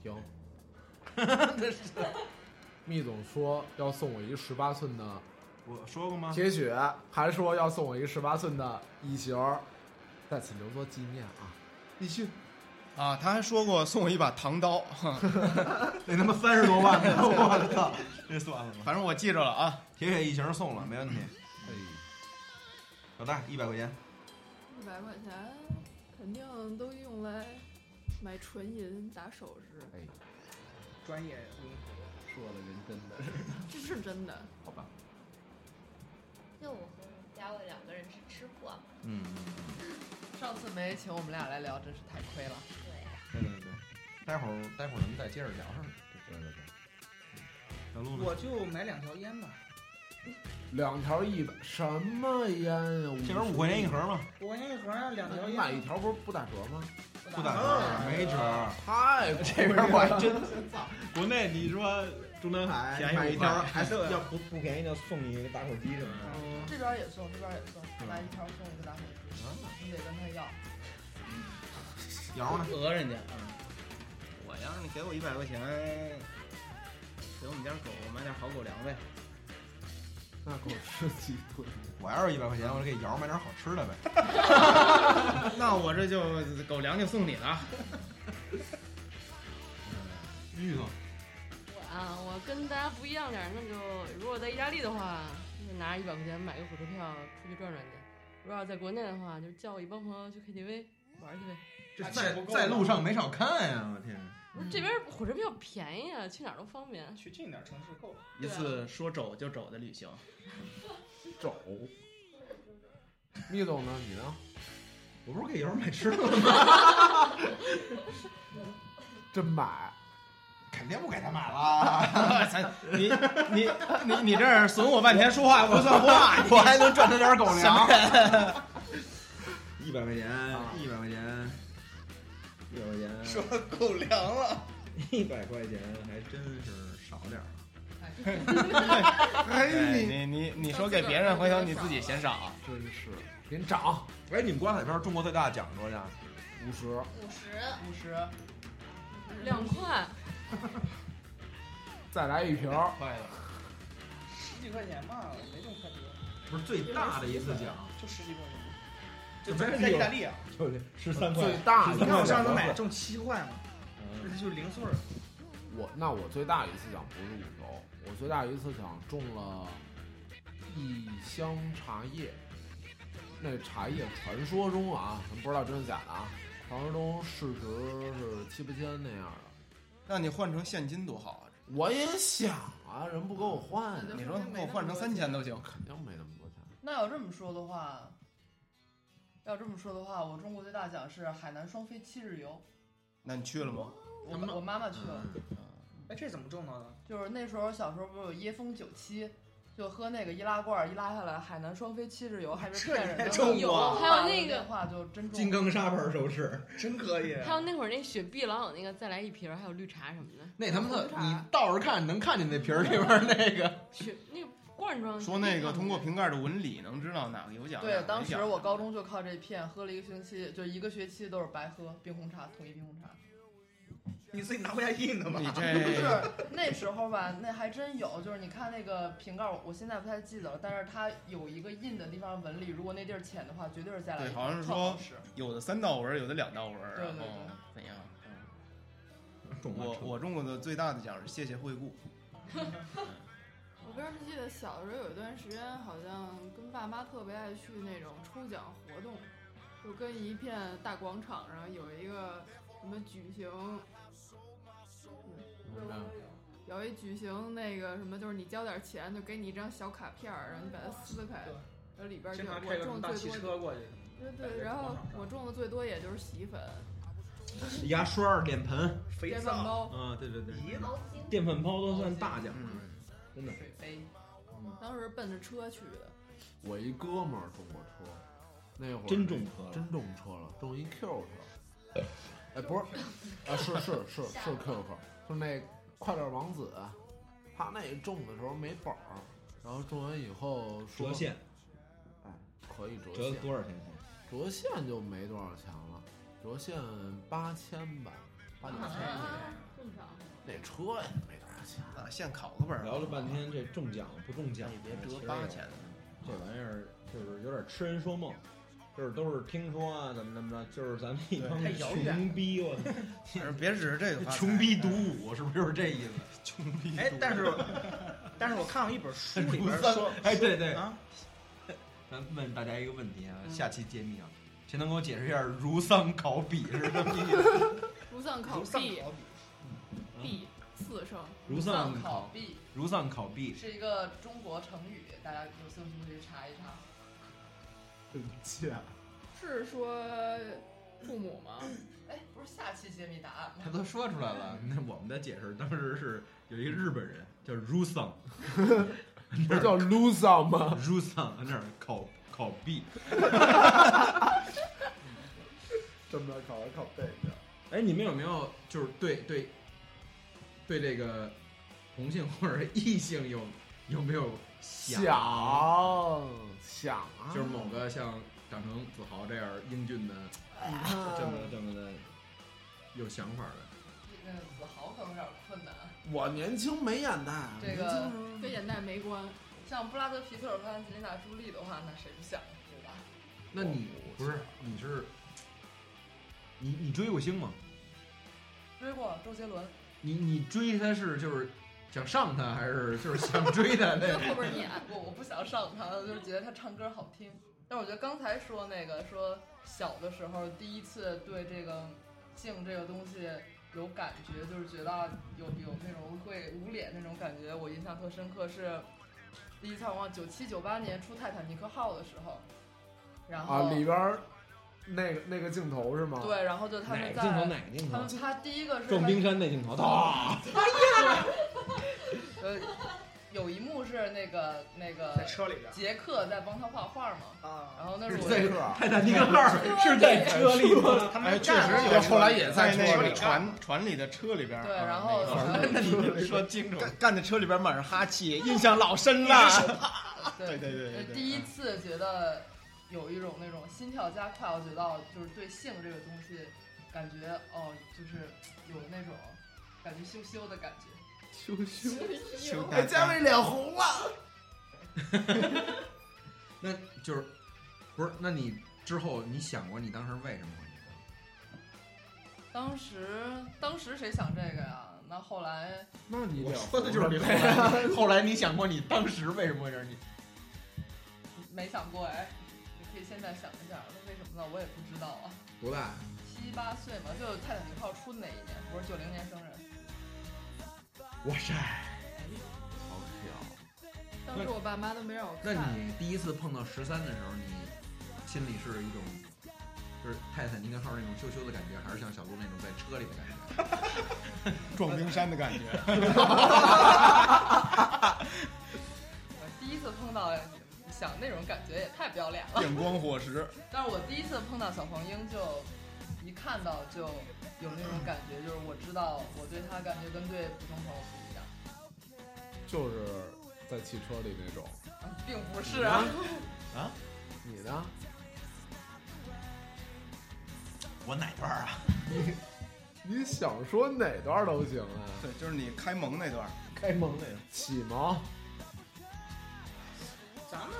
[SPEAKER 6] 停。 *laughs* 密总说要送我一十八寸的，
[SPEAKER 5] 我说过吗？
[SPEAKER 6] 铁血还说要送我一十八寸的异形儿，在此留作纪念啊。继续。
[SPEAKER 10] 啊，他还说过送我一把唐刀，
[SPEAKER 5] 那他妈三十多 *laughs* 万呢！我操，这算了吧。
[SPEAKER 10] 反正我记着了啊，
[SPEAKER 5] 铁血异形送了，没问题。哎，老大一百块钱，
[SPEAKER 2] 一百块钱肯定都用来买纯银打首饰，
[SPEAKER 6] 哎，
[SPEAKER 8] 专业用户
[SPEAKER 6] 说的人真的是。
[SPEAKER 2] 这是真的。
[SPEAKER 5] 好吧。
[SPEAKER 7] 就我和我家伟两个人是吃货嘛，
[SPEAKER 5] 嗯，
[SPEAKER 9] 上次没请我们俩来聊，真是太亏了。
[SPEAKER 5] 对对对，待会儿待会儿咱们再接着聊上。对对对。嗯小鹿呢？
[SPEAKER 8] 我就买两条烟吧。
[SPEAKER 6] 两条一百，什么烟啊呀？
[SPEAKER 5] 这边五块钱一盒嘛。
[SPEAKER 8] 五块钱一盒啊，两条烟。
[SPEAKER 6] 买一条不是不打折吗？
[SPEAKER 5] 不打折，没折。
[SPEAKER 6] 太
[SPEAKER 5] 这边我还真， *laughs* 国内你说中南海
[SPEAKER 15] 便宜
[SPEAKER 5] 买一条，
[SPEAKER 15] 五块
[SPEAKER 5] 还是
[SPEAKER 10] *laughs*
[SPEAKER 5] 要不不便宜就送你一个打火机什么的。
[SPEAKER 8] 嗯
[SPEAKER 9] 这边也送，这边也送，
[SPEAKER 6] 嗯
[SPEAKER 9] 买一条送一个打火机，你得跟他要。
[SPEAKER 5] 摇呢？
[SPEAKER 10] 讹人家。我要是你给我一百块钱，给我们家狗买点好狗粮呗。
[SPEAKER 6] 那给我吃鸡腿。
[SPEAKER 5] 嗯我要是一百块钱，我就给瑶买点好吃的呗。
[SPEAKER 10] 那我这就狗粮就送你了。啊
[SPEAKER 5] 玉总，
[SPEAKER 3] 我啊，我跟大家不一样点儿，那就如果在意大利的话，就拿一百块钱买个火车票出去转转去；如果要在国内的话，就叫我一帮朋友去 KTV 玩去呗。
[SPEAKER 5] 这在在路上没少看呀，我天！
[SPEAKER 3] 不是这边火车票便宜啊，去哪儿都方便。
[SPEAKER 8] 去近点城市够了。
[SPEAKER 10] 一次说走就走的旅行。
[SPEAKER 6] 走。密总呢？你呢？
[SPEAKER 5] 我不是给瑶买吃的 *laughs* 吗？
[SPEAKER 6] 真买？
[SPEAKER 5] 肯定不给他买 *laughs* 了。
[SPEAKER 10] 你你你你这儿损我半天，说话不算
[SPEAKER 5] *laughs*，
[SPEAKER 10] 话
[SPEAKER 5] 我还能赚他点狗粮
[SPEAKER 10] 什么人。
[SPEAKER 5] 一百块钱，一百块钱，一百块 *laughs* 钱，
[SPEAKER 10] 说狗粮了，
[SPEAKER 5] 一百块钱还真是少 *laughs* 点儿。
[SPEAKER 10] 哎，你你你说给别人，回头你自
[SPEAKER 5] 啊
[SPEAKER 10] 己嫌少。啊
[SPEAKER 6] 真是，您涨。
[SPEAKER 5] 哎，你们刮彩票中国最大的奖多少钱？
[SPEAKER 6] 五十。
[SPEAKER 7] 五十，
[SPEAKER 9] 五十，
[SPEAKER 3] 两块，
[SPEAKER 6] 再来一瓶儿。
[SPEAKER 10] 快
[SPEAKER 8] 十几块钱嘛，没这么快多。
[SPEAKER 5] 不是最大的一次奖，
[SPEAKER 8] 就十几块钱。就咱是在意大利啊，
[SPEAKER 5] *laughs* 就十三块，
[SPEAKER 6] 最大
[SPEAKER 8] 你看我上次
[SPEAKER 6] 13
[SPEAKER 8] 买中七块嘛，这就零碎儿。
[SPEAKER 6] 我那我最大一次奖不是五十欧，我最大一次奖中了一箱茶叶，那茶叶传说中啊，咱不知道真的假的啊，传说中市值是七八千那样的。
[SPEAKER 10] 那你换成现金多好啊！
[SPEAKER 6] 我也想啊，人不给我换，
[SPEAKER 10] 你说给我换成三千都行，
[SPEAKER 5] 嗯
[SPEAKER 6] 肯定没那么多钱。
[SPEAKER 9] 那要这么说的话，要这么说的话，我中国最大奖是海南双飞七日游，
[SPEAKER 10] 那你去了吗？
[SPEAKER 9] 我妈我妈妈去了。
[SPEAKER 8] 哎，这怎么挣到的？
[SPEAKER 9] 就是那时候小时候不是有椰风九七，就喝那个易拉罐儿，一拉下来海南双飞七日游，还没骗人的。
[SPEAKER 15] 这也中
[SPEAKER 2] 啊
[SPEAKER 9] 有，
[SPEAKER 3] 啊
[SPEAKER 15] 过
[SPEAKER 9] 还有那个话就真
[SPEAKER 15] 金刚砂盆手持，
[SPEAKER 8] 真可
[SPEAKER 2] *laughs*
[SPEAKER 8] 以
[SPEAKER 3] 还有那会儿那雪碧老有那个再来一瓶儿，还有绿茶什么的。
[SPEAKER 15] 那他妈的，你倒着看能看见那瓶儿里边儿那个。
[SPEAKER 3] 雪那个罐
[SPEAKER 5] 嗯
[SPEAKER 3] 装
[SPEAKER 10] 说那个通过瓶盖的纹理能知道哪个有奖。哪
[SPEAKER 9] 对，
[SPEAKER 10] 个
[SPEAKER 9] 当
[SPEAKER 10] 没
[SPEAKER 9] 时
[SPEAKER 10] 奖 *laughs*
[SPEAKER 9] 我高中就靠这骗喝了一个星期，就一个学期都是白喝冰红茶，统一冰红茶。
[SPEAKER 8] 你自己拿回家印的吧？
[SPEAKER 10] 你
[SPEAKER 9] 不 *laughs* 是
[SPEAKER 10] 这
[SPEAKER 9] 那时候吧，那还真有，就是你看那个瓶盖，我现在不太记得了，但是它有一个印的地方纹理，如果那地儿浅的话，绝对是再来一
[SPEAKER 10] 对，
[SPEAKER 9] 瓶。
[SPEAKER 10] 好像是
[SPEAKER 9] 特
[SPEAKER 10] 说
[SPEAKER 9] 好吃
[SPEAKER 10] 有的三道纹儿，有的两道纹儿，
[SPEAKER 9] 对
[SPEAKER 10] 然后
[SPEAKER 9] 对
[SPEAKER 10] 怎样？我我中过的最大的奖是谢谢惠顾，
[SPEAKER 2] 我个人记得小时候有一段时间，好像跟爸妈特别爱去那种抽奖活动，就跟一片大广场，然后有一个什么举行，嗯有一举行那个什么，就是你交点钱，就给你一张小卡片儿，然后你把它撕开，然后里边儿就
[SPEAKER 8] 经
[SPEAKER 2] 是
[SPEAKER 8] 常开
[SPEAKER 2] 我
[SPEAKER 8] 个什么
[SPEAKER 2] 中
[SPEAKER 8] 大
[SPEAKER 2] 最
[SPEAKER 8] 汽
[SPEAKER 2] 多
[SPEAKER 8] 车
[SPEAKER 2] 的，
[SPEAKER 8] 过去。
[SPEAKER 2] 对对，然后我中的最多也就是洗衣粉，
[SPEAKER 5] *laughs* 牙刷、脸盆、
[SPEAKER 2] 肥皂电饭煲
[SPEAKER 5] 啊，对对对
[SPEAKER 2] 咦毛巾，
[SPEAKER 5] 电饭煲都算大奖，
[SPEAKER 10] 嗯
[SPEAKER 5] 真的。
[SPEAKER 9] 水杯，
[SPEAKER 2] 当时奔着车去的。
[SPEAKER 6] 我一哥们儿中过车，那会儿
[SPEAKER 5] 真中车了
[SPEAKER 6] 真中车了，中一 Q 车。哎，不是，啊，是是是是 Q 车，就是那快乐王子，他那中的时候没本儿，然后中完以后说
[SPEAKER 5] 折现，
[SPEAKER 6] 哎，可以折
[SPEAKER 5] 折
[SPEAKER 6] 现
[SPEAKER 5] 多少钱？
[SPEAKER 6] 折现就没多少钱了，折现八千吧，八九
[SPEAKER 8] 哎
[SPEAKER 7] 啊
[SPEAKER 6] 千。
[SPEAKER 2] 正
[SPEAKER 7] *laughs*
[SPEAKER 2] 常。
[SPEAKER 6] 那车也没多少钱
[SPEAKER 10] 啊，现考个本儿。哎
[SPEAKER 5] 聊了半天这中奖不中奖，你哎别
[SPEAKER 10] 折八千了 *laughs*
[SPEAKER 5] 这玩意儿就是有点痴人说梦，就是都是听说啊，怎么怎么着，就是咱们一帮
[SPEAKER 10] 太遥远了
[SPEAKER 5] 穷逼，我操！
[SPEAKER 10] 别指着
[SPEAKER 5] *laughs*
[SPEAKER 10] 这个发财
[SPEAKER 5] 穷逼独舞是不是就是这意思？
[SPEAKER 10] 穷逼
[SPEAKER 8] *laughs* 哎，但是但是我看过一本书里边说，
[SPEAKER 5] *laughs* 哎，对对
[SPEAKER 8] 啊，
[SPEAKER 5] 咱问大家一个问题啊，
[SPEAKER 8] 嗯
[SPEAKER 5] 下期揭秘啊，谁能给我解释一下如丧考妣是什么
[SPEAKER 6] *laughs*
[SPEAKER 5] 意思？
[SPEAKER 2] 如丧考妣，妣四声。
[SPEAKER 5] 如丧
[SPEAKER 9] 考妣
[SPEAKER 5] 如丧考妣，
[SPEAKER 9] 是一个中国成语，大家有兴趣可以查一查。
[SPEAKER 6] 对不起啊，
[SPEAKER 2] 是说父母
[SPEAKER 8] *laughs*
[SPEAKER 2] 吗？
[SPEAKER 9] 哎，不是下期揭秘答案吗？
[SPEAKER 5] 他都说出来了，
[SPEAKER 6] 嗯
[SPEAKER 5] 那我们的解释当时是有一个日本人叫如
[SPEAKER 6] *laughs*
[SPEAKER 5] 丧，
[SPEAKER 6] 不叫 loser 吗？
[SPEAKER 5] 如丧在那儿考考妣。
[SPEAKER 6] *laughs* 这么着考还考背着。
[SPEAKER 5] 哎，你们有没有就是对对对这个同性或者异性有有没有
[SPEAKER 6] 想想啊，
[SPEAKER 5] 就是某个像长成子豪这样英俊的，
[SPEAKER 6] 啊
[SPEAKER 5] 这么这么的有想法的，
[SPEAKER 9] 这个子豪可能有点困难。
[SPEAKER 6] 我年轻没眼啊袋，
[SPEAKER 9] 这个
[SPEAKER 2] 跟眼袋没关。
[SPEAKER 9] 像布拉德皮特和安吉丽娜朱莉的话，那谁不想对吧？
[SPEAKER 5] 那你
[SPEAKER 6] 哦
[SPEAKER 5] 不是你是你你追过星吗？
[SPEAKER 9] 追过周杰伦，
[SPEAKER 5] 你你追他是就是想上他，还是就是想追
[SPEAKER 2] *laughs*
[SPEAKER 5] 他
[SPEAKER 9] *laughs*
[SPEAKER 5] 那
[SPEAKER 9] 这
[SPEAKER 5] 种？
[SPEAKER 9] 后边演过，我不想上他，就是觉得他唱歌好听。但我觉得刚才说那个说小的时候第一次对这个性这个东西有感觉，就是觉得啊有有那种会捂脸那种感觉，我印象特深刻是第一次我忘九七九八年出泰坦尼克号的时候，然后、
[SPEAKER 6] 啊，里边儿那个那个镜头是吗？
[SPEAKER 9] 对，然后就他们在他们他第一个是
[SPEAKER 5] 撞冰山那镜头，啊哒！
[SPEAKER 9] 呃，有一幕是那个那个
[SPEAKER 8] 在车里边
[SPEAKER 9] 杰克在帮他画画嘛，
[SPEAKER 8] 啊，
[SPEAKER 9] 然后那是我
[SPEAKER 5] 在泰坦尼克号是在车里吗？
[SPEAKER 10] 哎，确实有，
[SPEAKER 5] 后来也
[SPEAKER 10] 在
[SPEAKER 5] 车
[SPEAKER 10] 那
[SPEAKER 5] 里
[SPEAKER 10] 个船船里的车里边儿。
[SPEAKER 9] 对
[SPEAKER 10] 啊
[SPEAKER 9] 然后
[SPEAKER 10] 那个那你说
[SPEAKER 5] 清楚，
[SPEAKER 10] 干干在车里边儿满是哈气，印象老深了。对
[SPEAKER 9] 对
[SPEAKER 10] 对对
[SPEAKER 9] 呃
[SPEAKER 10] 对嗯
[SPEAKER 9] 第一次觉得有一种那种心跳加快，我觉得就是对性这个东西感觉哦，就是有那种感觉羞羞的感觉。
[SPEAKER 6] 羞羞
[SPEAKER 9] 羞
[SPEAKER 6] 哎，嘉伟
[SPEAKER 10] *laughs*
[SPEAKER 6] 脸红了。
[SPEAKER 5] 那就是不是？那你之后你想过你当时为什么会？
[SPEAKER 9] 当时当时谁想这个呀？那后来
[SPEAKER 6] 那你
[SPEAKER 5] 我
[SPEAKER 6] 脸
[SPEAKER 5] 说的
[SPEAKER 6] 红
[SPEAKER 5] 就是
[SPEAKER 6] 了
[SPEAKER 5] 你后
[SPEAKER 6] 呗
[SPEAKER 5] *laughs* 来，后来你想过你当时为什么会让你？
[SPEAKER 9] 没想过哎，可以现在想一下，那为什么呢？我也不知道啊。
[SPEAKER 5] 多大？
[SPEAKER 9] 七八岁嘛，就《泰坦尼克号》出的那一年，我是九零年生人。
[SPEAKER 5] 哇塞，好小！
[SPEAKER 2] 当时我爸妈都没让我
[SPEAKER 5] 那
[SPEAKER 2] 看。
[SPEAKER 5] 你第一次碰到十三的时候，你心里是一种就是泰坦尼克号那种羞羞的感觉，还是像小鹿那种在车里的感觉？
[SPEAKER 16] 撞冰山的感觉。
[SPEAKER 9] 我第一次碰到，想那种感觉也太不要脸了。
[SPEAKER 16] 电光火石，
[SPEAKER 9] 但是我第一次碰到小黄莺，就一看到就有那种感觉，就是我知道我对它感觉跟对普通朋友不一样，
[SPEAKER 6] 就是在汽车里那种。
[SPEAKER 9] 并不是啊。
[SPEAKER 6] 啊？你呢？
[SPEAKER 10] 我哪段啊？
[SPEAKER 6] 你你想说哪段都行啊。
[SPEAKER 10] 对，就是你开蒙那段，
[SPEAKER 6] 开蒙那启蒙。
[SPEAKER 8] 咱们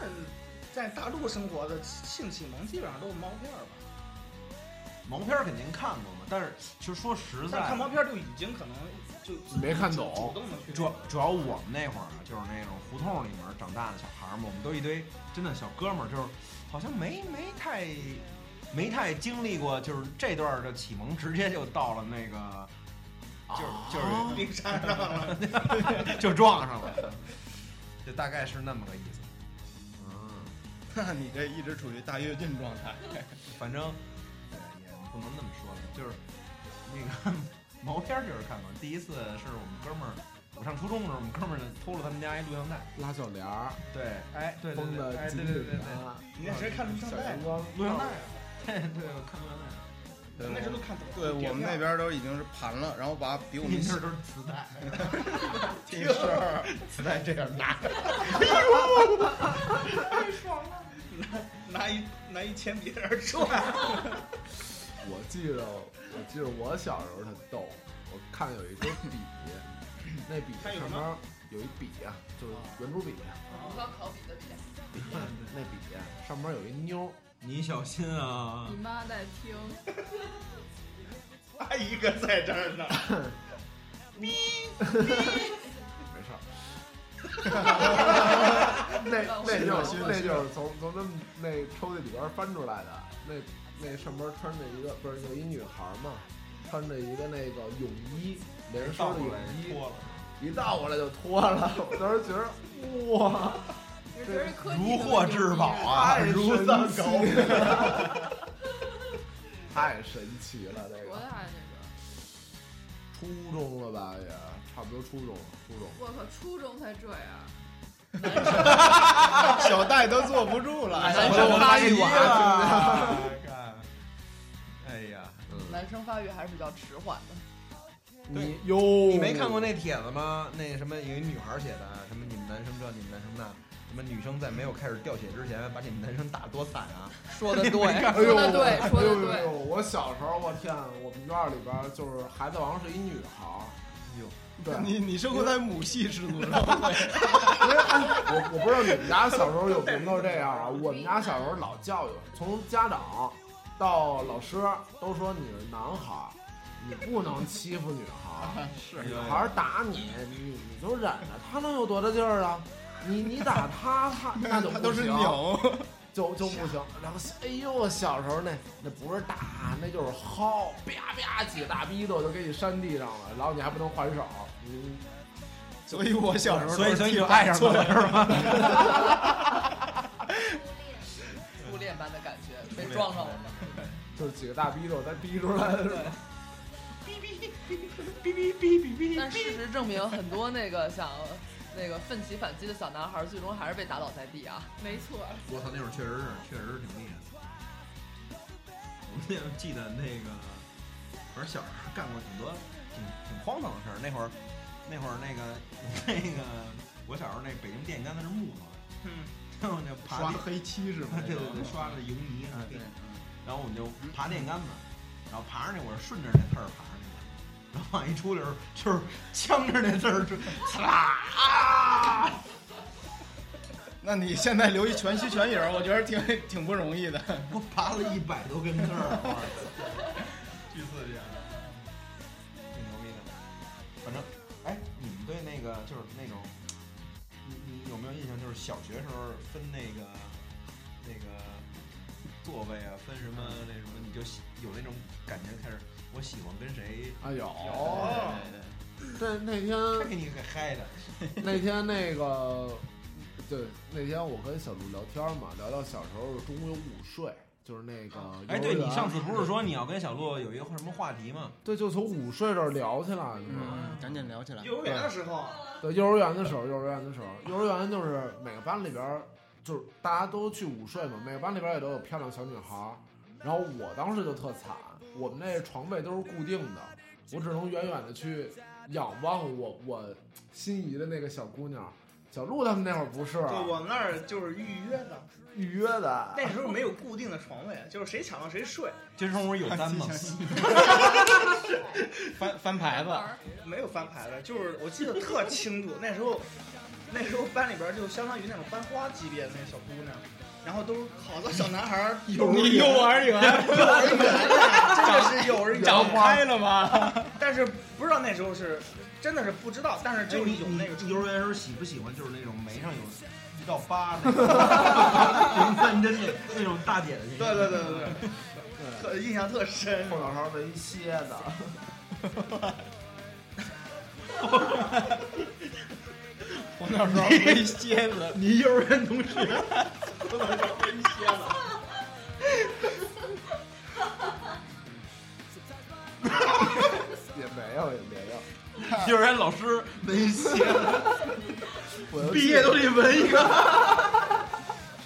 [SPEAKER 8] 在大陆生活的性启蒙基本上都是毛片儿吧？
[SPEAKER 5] 毛片儿肯定看过嘛，但是其实说实在，
[SPEAKER 8] 但看毛片儿就已经可能就
[SPEAKER 5] 没看懂
[SPEAKER 8] 主动的去，
[SPEAKER 5] 主要主要我们那会儿啊，就是那种胡同里面长大的小孩儿们，我们都一堆真的小哥们儿，就是好像没没太没太经历过，就是这段儿的启蒙，直接就到了那个，就是就是
[SPEAKER 8] 冰山上
[SPEAKER 10] *laughs*
[SPEAKER 8] 了
[SPEAKER 5] *laughs* 就撞上了，就大概是那么个意思。嗯
[SPEAKER 16] 那你这一直处于大跃进状
[SPEAKER 10] *laughs*
[SPEAKER 16] 态，
[SPEAKER 5] 反正呃也不能那么说了，就是那个 *laughs* 毛片儿就是看过。第一次是我们哥们儿，我上初中的时候，我们哥们儿偷了他们家一录像带，
[SPEAKER 6] 拉小帘儿。
[SPEAKER 5] 对，哎，对对
[SPEAKER 6] 绷
[SPEAKER 5] 对，
[SPEAKER 6] 得
[SPEAKER 5] 哎，对
[SPEAKER 6] 紧
[SPEAKER 5] 对对
[SPEAKER 6] 紧
[SPEAKER 5] 对
[SPEAKER 6] 的啊，
[SPEAKER 8] 你那谁看录像带啊
[SPEAKER 5] 录像带啊， *laughs* 对对，我看录像带。
[SPEAKER 16] 对
[SPEAKER 8] 那时候都看懂了
[SPEAKER 16] 对我们那边都已经是盘了，然后把比我
[SPEAKER 10] *laughs*
[SPEAKER 16] 们
[SPEAKER 5] 那都是磁带，
[SPEAKER 16] 听是
[SPEAKER 5] 磁带这样拿，
[SPEAKER 8] 太爽了！拿拿一拿一铅笔在这转，
[SPEAKER 6] 我记着，我记着我小时候特逗，我看有一根笔， *clears throat* 那笔
[SPEAKER 9] 还有
[SPEAKER 6] 上
[SPEAKER 9] 吗
[SPEAKER 6] 面有一笔啊，就是圆珠笔，啊
[SPEAKER 9] 我刚考比的比，
[SPEAKER 5] 嗯
[SPEAKER 6] 那笔啊上面有一妞儿，
[SPEAKER 5] 你小心啊
[SPEAKER 6] 嗯
[SPEAKER 2] 你妈在听，
[SPEAKER 8] 他一个在这儿呢。
[SPEAKER 2] 咪
[SPEAKER 6] 没事儿。那那
[SPEAKER 16] 是
[SPEAKER 6] 就
[SPEAKER 16] 的
[SPEAKER 6] 是
[SPEAKER 16] 是的
[SPEAKER 6] 那
[SPEAKER 16] 是
[SPEAKER 6] 就
[SPEAKER 16] 的
[SPEAKER 6] 是从从他们那抽屉里边翻出来的，那那上边穿着一个不是有一女孩嘛，穿着一个那个泳衣，连身的泳衣，一倒过来就脱了。我当时觉得 *laughs* 哇，
[SPEAKER 2] 这是科技
[SPEAKER 5] 如获至宝啊，
[SPEAKER 6] 太
[SPEAKER 5] 如
[SPEAKER 6] 神
[SPEAKER 5] 丧
[SPEAKER 6] 奇
[SPEAKER 5] 狗。
[SPEAKER 6] *laughs* 了太神奇了，这
[SPEAKER 2] 多
[SPEAKER 6] 个
[SPEAKER 2] 大呀那
[SPEAKER 6] 初中了吧也差不多初中了，初中。
[SPEAKER 2] 个？我靠，初中才这样。
[SPEAKER 16] 小戴都坐不住了，
[SPEAKER 6] 哎
[SPEAKER 16] 小
[SPEAKER 6] 我
[SPEAKER 16] 戴
[SPEAKER 6] 发育晚
[SPEAKER 16] 了，
[SPEAKER 5] 哎呀，
[SPEAKER 9] 男生发育还是比较迟缓的。
[SPEAKER 6] 你哟，
[SPEAKER 5] 你没看过那帖子吗？那什么，有一女孩写的，什么你们男生这，你们男生那，什么女生在没有开始掉血之前，把你们男生打得多惨啊！
[SPEAKER 9] 说得
[SPEAKER 5] 你
[SPEAKER 9] 对
[SPEAKER 5] 没看
[SPEAKER 6] 哎呦，
[SPEAKER 5] 过
[SPEAKER 6] 哎
[SPEAKER 2] *laughs*
[SPEAKER 6] 呦哎呦我小时候，我天，我们院儿里边儿就是孩子王是一女孩儿。
[SPEAKER 16] 哎
[SPEAKER 6] 对，
[SPEAKER 16] 你你生活在母系氏族社
[SPEAKER 5] *laughs*
[SPEAKER 16] 会，
[SPEAKER 6] 因为哎 *laughs* 我我不知道你们家小时候有没有这样啊？我们家小时候老教育，从家长到老师都说你是男孩儿，你不能欺负女孩儿，
[SPEAKER 16] *laughs* 是
[SPEAKER 6] 女孩儿打你，你你就忍着，她能有多大劲儿啊？你你打她，
[SPEAKER 16] *laughs*
[SPEAKER 6] 她那就
[SPEAKER 16] 他都是
[SPEAKER 6] 扭，
[SPEAKER 16] 牛，
[SPEAKER 6] 就就不行。然后哎呦，我小时候那那不是打，那就是薅，啪啪几个大逼斗就给你扇地上了，然后你还不能还手，你
[SPEAKER 16] 所以我小时候
[SPEAKER 5] 所以
[SPEAKER 16] 都
[SPEAKER 5] 所以
[SPEAKER 16] 是
[SPEAKER 5] 你就爱上他了是
[SPEAKER 16] *laughs* 吧？
[SPEAKER 9] 初恋般的感觉，被撞上了吗？
[SPEAKER 6] 就是几个大逼斗再逼出来的。
[SPEAKER 9] 哔哔哔哔哔。但事实证明，很多那个想那个奋起反击的小男孩，最终还是被打倒在地啊。
[SPEAKER 2] 没错，
[SPEAKER 5] 我操，那会儿确实是，确实是挺厉害的。我们也记得那个，反正小时候干过挺多挺挺荒唐的事儿。那会儿，那会儿那个 *laughs* 那个，我小时候那北京电线杆子是木头的，
[SPEAKER 8] 嗯，
[SPEAKER 5] 然后就爬
[SPEAKER 16] 刷
[SPEAKER 5] 地？
[SPEAKER 16] 黑漆是
[SPEAKER 8] *laughs*
[SPEAKER 16] 吗
[SPEAKER 5] 对对对，刷的油泥啊，对。然后我们就爬电杆子，然后爬上去，我是顺着那刺儿爬上去的，然后往一出溜儿，就是 *laughs* 呛着那刺儿，就 *laughs* 啊刺啦。
[SPEAKER 16] 那你现在留一全息全影儿，我觉得挺挺不容易的。
[SPEAKER 5] 我爬了一百多根刺儿，我
[SPEAKER 16] *laughs* 巨刺激。啊
[SPEAKER 5] 挺牛逼的。反正，哎，你们对那个就是那种，你你有没有印象？就是小学时候分那个那个座位啊，分什么那什么，你就喜有那种感觉，开始我喜欢跟谁
[SPEAKER 6] 啊有
[SPEAKER 5] 对对对
[SPEAKER 6] 那那天
[SPEAKER 5] 他 *laughs* 给你给嗨的，
[SPEAKER 6] 那天那个，对，那天我跟小鹿聊天嘛，聊到小时候中国有午睡，就是那个
[SPEAKER 5] 哎，
[SPEAKER 6] 幼
[SPEAKER 5] 对
[SPEAKER 6] 儿园
[SPEAKER 5] 你上次不是说你要跟小洛有一个什么话题吗？
[SPEAKER 6] 对，就从午睡这儿聊起来的嘛。
[SPEAKER 10] 嗯赶紧聊起来。
[SPEAKER 8] 幼儿园的时候，啊
[SPEAKER 6] 对，幼儿园的时候，幼儿园的时候，幼儿园就是每个班里边儿就是大家都去午睡嘛，每个班里边儿也都有漂亮小女孩儿。然后我当时就特惨，我们那床位都是固定的，我只能远远的去仰望我我心仪的那个小姑娘。小鹿他们那会儿不是，啊
[SPEAKER 8] 对我们那儿就是预约的，
[SPEAKER 6] 预约的。啊
[SPEAKER 8] 那时候没有固定的床位，就是谁抢到谁睡。
[SPEAKER 5] 金生屋有单吗？ *laughs*
[SPEAKER 10] 翻翻牌子，
[SPEAKER 8] 没有翻牌子，就是我记得特清楚，那时候那时候班里边就相当于那种班花级别的那小姑娘，然后都是好多小男孩儿
[SPEAKER 10] 幼儿园你幼儿
[SPEAKER 8] *laughs* 幼
[SPEAKER 10] 园
[SPEAKER 8] 儿园呀，真的是幼儿园，
[SPEAKER 10] 长开了吗？
[SPEAKER 8] 但是不知道那时候是真的是不知道，但是就是有
[SPEAKER 6] 哎
[SPEAKER 8] 那个
[SPEAKER 5] 幼儿园时候喜不喜欢就是那种眉上有一道疤那
[SPEAKER 10] *laughs*
[SPEAKER 5] 种认真的那种大姐的形象
[SPEAKER 8] 对对对对对，特印象特深，
[SPEAKER 6] 后脑勺纹蝎子。
[SPEAKER 8] *laughs*
[SPEAKER 10] 我那时候没蝎子，
[SPEAKER 6] 你幼儿园同学，
[SPEAKER 10] 我那时候没蝎子。
[SPEAKER 6] 也没有，也没有。
[SPEAKER 5] 幼儿园老师没写，
[SPEAKER 6] 我又
[SPEAKER 10] 毕业都得纹一个。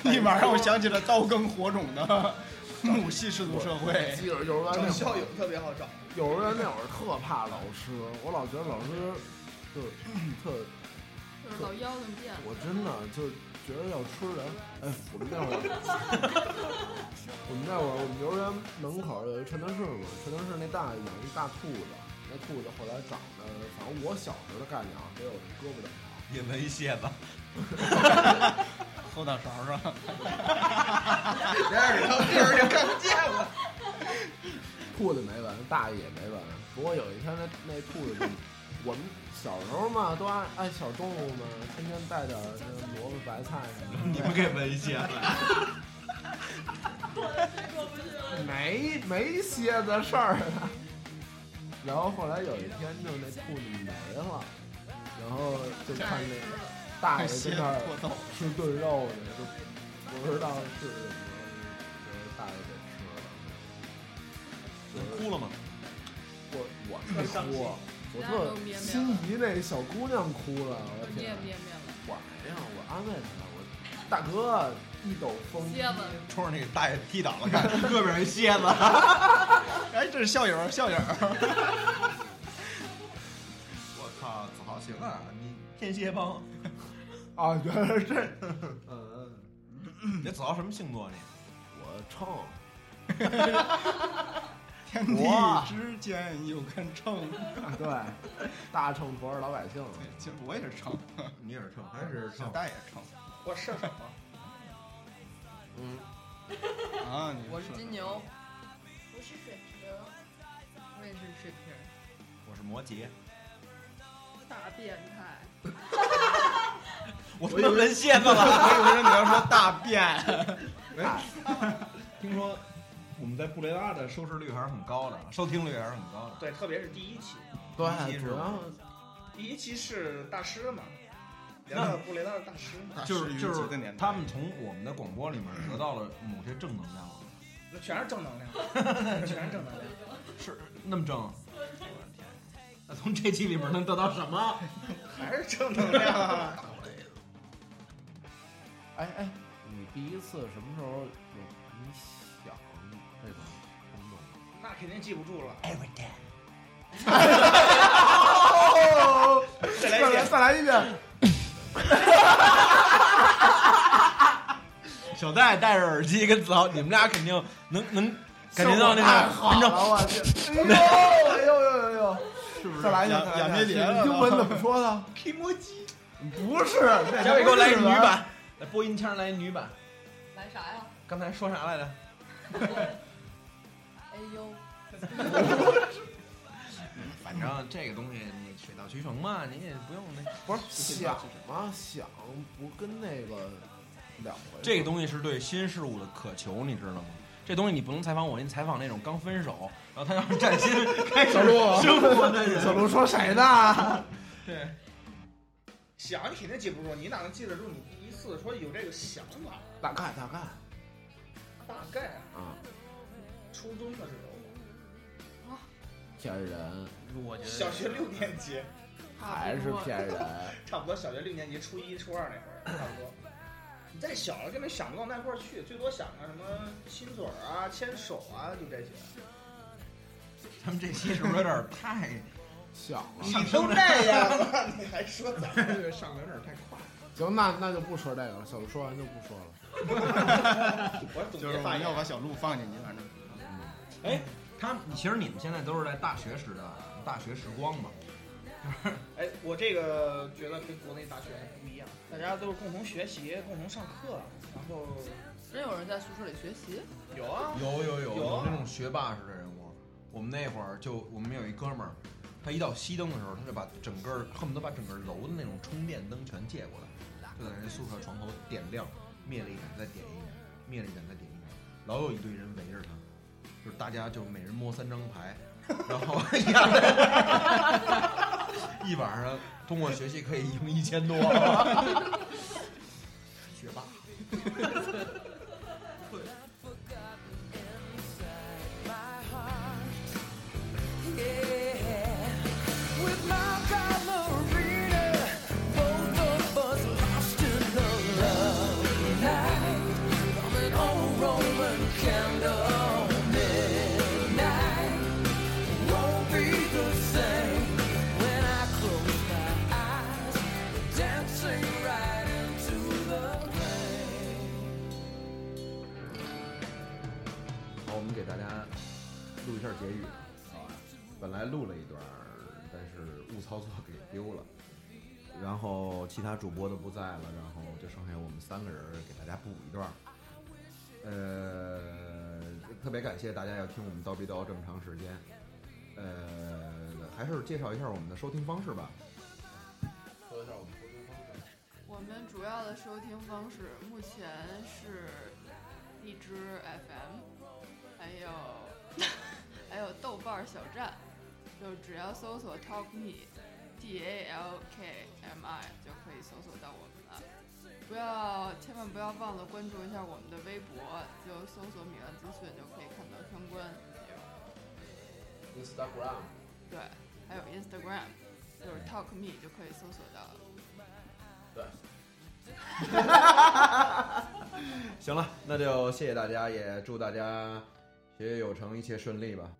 [SPEAKER 10] 立马让我
[SPEAKER 6] 想
[SPEAKER 10] 想起了刀耕火种的母系氏族社会。
[SPEAKER 6] 记得幼儿园那会儿
[SPEAKER 8] 校友特别好找。
[SPEAKER 6] 幼儿园那会儿特怕老师，我老觉得老师就是 *clears throat* 特，
[SPEAKER 2] 就是老腰子变
[SPEAKER 6] 我真的就觉得要吃人。哎，我们那会儿，我们那会儿我们幼儿园门口有一传达室嘛，传达室那大爷养一大兔子，那兔子后来长得，反正我小时候的概念啊，得有胳膊这么长。
[SPEAKER 5] 也没蝎子，
[SPEAKER 10] *laughs* 后脑勺上。
[SPEAKER 6] 那是他们幼儿园看不见
[SPEAKER 8] 了。
[SPEAKER 6] 兔子没纹，大爷也没纹。不过有一天那那兔子就，我们小时候嘛，都爱爱小动物嘛，天天带点儿那萝卜白菜什么的。
[SPEAKER 5] 你们给纹蝎子。
[SPEAKER 6] 没没蝎子事儿啊。然后后来有一天就那兔子没了，然后就看那大
[SPEAKER 10] 哎
[SPEAKER 6] 爷在那儿吃炖肉呢，就不知道是什么，就是大爷给吃
[SPEAKER 5] 能
[SPEAKER 6] 了。
[SPEAKER 5] 哭了吗？
[SPEAKER 6] 我我没哭，我特心仪那小姑娘哭了，我
[SPEAKER 2] 灭
[SPEAKER 6] 天！
[SPEAKER 2] 灭灭了，
[SPEAKER 6] 我没有，我安慰她，我大哥一抖风，
[SPEAKER 2] 蝎子
[SPEAKER 5] 冲着那个大爷踢倒了，看胳膊上一蝎子。 *laughs*
[SPEAKER 10] 哎，这是校友，校友。
[SPEAKER 5] 我靠，子豪行啊，你天蝎帮。
[SPEAKER 6] 啊，原来是这，
[SPEAKER 10] 呃
[SPEAKER 6] 嗯，
[SPEAKER 5] 你子豪什么星座你？
[SPEAKER 6] 我秤。
[SPEAKER 10] 天地之间有根秤。
[SPEAKER 6] 对，大秤砣是老百姓。
[SPEAKER 10] 其实我也是秤，
[SPEAKER 5] 你也是秤，还是
[SPEAKER 10] 小
[SPEAKER 5] 秤？
[SPEAKER 10] 戴也是啊秤。
[SPEAKER 8] 我射手，
[SPEAKER 6] 嗯。
[SPEAKER 10] 啊，你
[SPEAKER 9] 我是金牛，
[SPEAKER 14] 我是水瓶，
[SPEAKER 9] 我也是水瓶，
[SPEAKER 5] 我是摩羯，
[SPEAKER 2] 大变态。
[SPEAKER 5] 我
[SPEAKER 10] *laughs* 我
[SPEAKER 5] 他妈纹蝎子了。
[SPEAKER 10] 我以为你要说大
[SPEAKER 5] *laughs*
[SPEAKER 10] 便。
[SPEAKER 5] 喂，听说我们在布雷拉的收视率还是很高的，收听率还是很高的。
[SPEAKER 8] 对，特别是第一期，
[SPEAKER 5] 第一期
[SPEAKER 6] 对，
[SPEAKER 5] 是
[SPEAKER 6] 主要
[SPEAKER 8] 第一期是大师嘛，聊聊布雷拉的大师嘛，
[SPEAKER 5] 就是就
[SPEAKER 10] 大师云集
[SPEAKER 5] 是
[SPEAKER 10] 的年代
[SPEAKER 5] 他们从我们的广播里面得到了某些正能量，
[SPEAKER 8] 那全是正能量，全是正能量。
[SPEAKER 5] 是那么正。那从这期里面能得到什么？
[SPEAKER 8] 还是正能量啊！
[SPEAKER 6] 哎哎，你第一次什么时候有你想这种冲动？
[SPEAKER 8] 那肯定记不住了。
[SPEAKER 5] Every day，
[SPEAKER 8] 再来一遍
[SPEAKER 6] 哦再来一遍。
[SPEAKER 5] *laughs* 小戴戴着耳机跟子豪，你们俩肯定能能感觉到那个
[SPEAKER 6] 效果太好
[SPEAKER 5] 跟
[SPEAKER 6] 了，
[SPEAKER 5] 着
[SPEAKER 6] 我 *laughs* 去！哎呦哎呦哎呦哎呦！
[SPEAKER 5] 是不是
[SPEAKER 6] 再来一遍，
[SPEAKER 10] 眼
[SPEAKER 6] 再来一
[SPEAKER 10] 眼
[SPEAKER 6] 遍
[SPEAKER 10] 睛
[SPEAKER 6] 英文怎么说的？
[SPEAKER 8] 提摩基，
[SPEAKER 6] 不是，那
[SPEAKER 5] 小伟给我来一
[SPEAKER 6] 日
[SPEAKER 5] 个女
[SPEAKER 6] 文
[SPEAKER 5] 版，来播音腔来一女版。
[SPEAKER 9] 来啥呀？
[SPEAKER 5] 刚才说啥来着？
[SPEAKER 9] 哎呦，
[SPEAKER 5] 反正这个东西你水到渠成嘛，你也不用那。
[SPEAKER 6] 不是想吗？想不跟那个两回事。
[SPEAKER 5] 这个东西是对新事物的渴求，你知道吗？这东西你不能采访我，你采访那种刚分手，然后他要是崭新开始
[SPEAKER 6] 小 *laughs* 鹿
[SPEAKER 5] 生活的人。
[SPEAKER 6] 小鹿说谁呢？
[SPEAKER 5] 对，
[SPEAKER 8] 想你肯定记不住，你哪能记得住你第一次说有这个想法？
[SPEAKER 6] 大概大概
[SPEAKER 8] 大概
[SPEAKER 6] 啊，
[SPEAKER 8] 初中的时候，
[SPEAKER 6] 骗人，
[SPEAKER 10] 我觉
[SPEAKER 8] 小学六年级，
[SPEAKER 6] 啊还是骗人。 *laughs*
[SPEAKER 8] 差不多小学六年级，初一、初二那会儿，差不多。你再小了，根本想不到那块儿去，最多想个什么亲嘴儿啊、牵手啊，就这些。
[SPEAKER 5] 咱们这期是不是有点太
[SPEAKER 6] 小了？
[SPEAKER 8] 你都那样了， *laughs* 你还说咱们
[SPEAKER 5] *laughs* 这个上的有点太快。
[SPEAKER 6] 行，那那就不说这个了。小鹿说完就不说了。
[SPEAKER 8] 我
[SPEAKER 6] 总
[SPEAKER 10] 就
[SPEAKER 6] 结
[SPEAKER 10] 是
[SPEAKER 6] 发
[SPEAKER 10] 我
[SPEAKER 6] 言
[SPEAKER 10] 要把小鹿放进去，反正
[SPEAKER 5] 哎，他其实你们现在都是在大学时代，大学时光嘛。
[SPEAKER 8] 哎，我这个觉得跟国内大学还不一样，大家都是共同学习、共同上课，然后
[SPEAKER 17] 真有人在宿舍里学习？
[SPEAKER 8] 有啊，
[SPEAKER 5] 有有有
[SPEAKER 8] 有啊
[SPEAKER 5] 那种学霸式的人物。我们那会儿就我们有一哥们儿，他一到熄灯的时候，他就把整个儿恨不得把整个楼的那种充电灯全借过来，就在人家宿舍床头点亮，灭了一盏再点一盏，灭了一盏再点一盏，老有一堆人围着他，就是大家就每人摸三张牌，然 *laughs* 后一样的一晚上通过学习可以赢一千多， *laughs* 学霸。
[SPEAKER 18] With my ballerina, both of us lost in the love night. From an old Roman candle, midnight won't be the same when I close my eyes. Dancing right into the rain.
[SPEAKER 5] 好，我们给大家录一下结语，好吧？本来录了一段，但是误操作给丢了，然后其他主播都不在了，然后就剩下我们三个人给大家补一段。呃，特别感谢大家要听我们叨逼叨这么长时间。呃，还是介绍一下我们的收听方式吧。
[SPEAKER 6] 说一下我们收听方式。
[SPEAKER 9] 我们主要的收听方式目前是荔枝 FM，还有还有豆瓣儿小站，就只要搜索 Talk Me T A L K M I 就可以搜索到我们了。不要，千万不要忘了关注一下我们的微博，就搜索“米兰资讯”就可以看到相关内容。
[SPEAKER 6] Instagram
[SPEAKER 9] 对，还有 Instagram，就是 Talk Me 就可以搜索到了。
[SPEAKER 6] 对。
[SPEAKER 5] 行了，那就谢谢大家，也祝大家学业有成，一切顺利吧。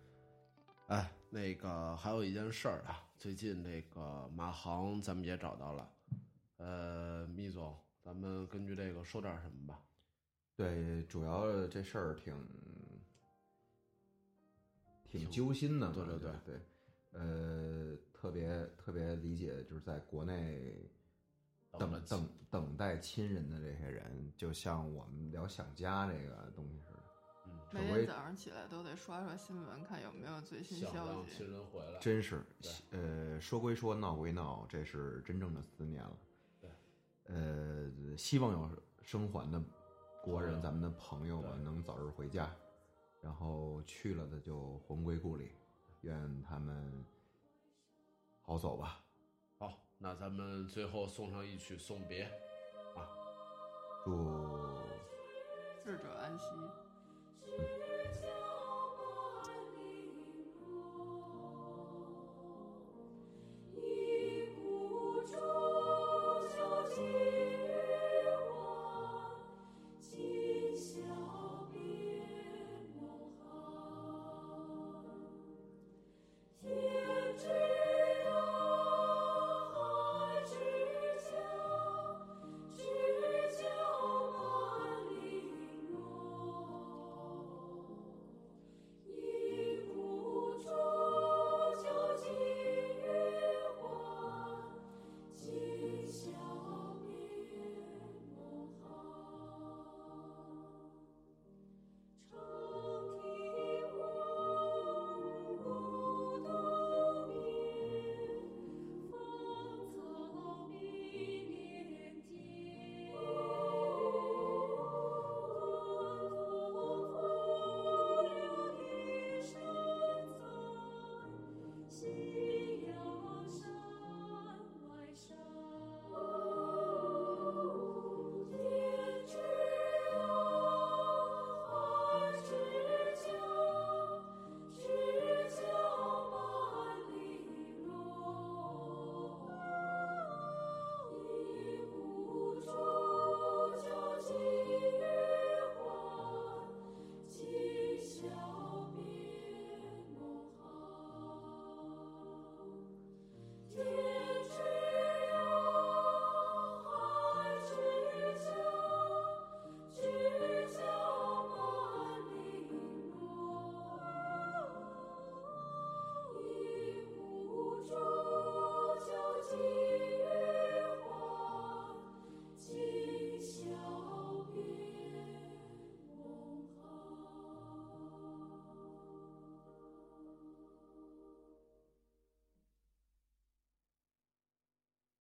[SPEAKER 6] 哎，那个还有一件事儿啊，最近那个马航咱们也找到了，呃，密总，咱们根据这个说点什么吧。
[SPEAKER 5] 对，主要这事儿挺挺揪心的嘛，对对对对，呃，特别特别理解，就是在国内等等等待亲人的这些人，就像我们聊想家这个东西似的，嗯，
[SPEAKER 9] 每天早上起来都得刷刷新闻，看有没有最新消
[SPEAKER 6] 想让
[SPEAKER 9] 息。
[SPEAKER 6] 亲人回来，
[SPEAKER 5] 真是，呃，说归说，闹归闹，这是真正的思念了。
[SPEAKER 6] 对，
[SPEAKER 5] 呃，希望有生还的国人，咱们的朋友吧，能早日回家，然后去了的就魂归故里，愿他们好走吧。
[SPEAKER 6] 好，那咱们最后送上一曲《送别》啊，
[SPEAKER 5] 祝
[SPEAKER 9] 智者安息。
[SPEAKER 5] 嗯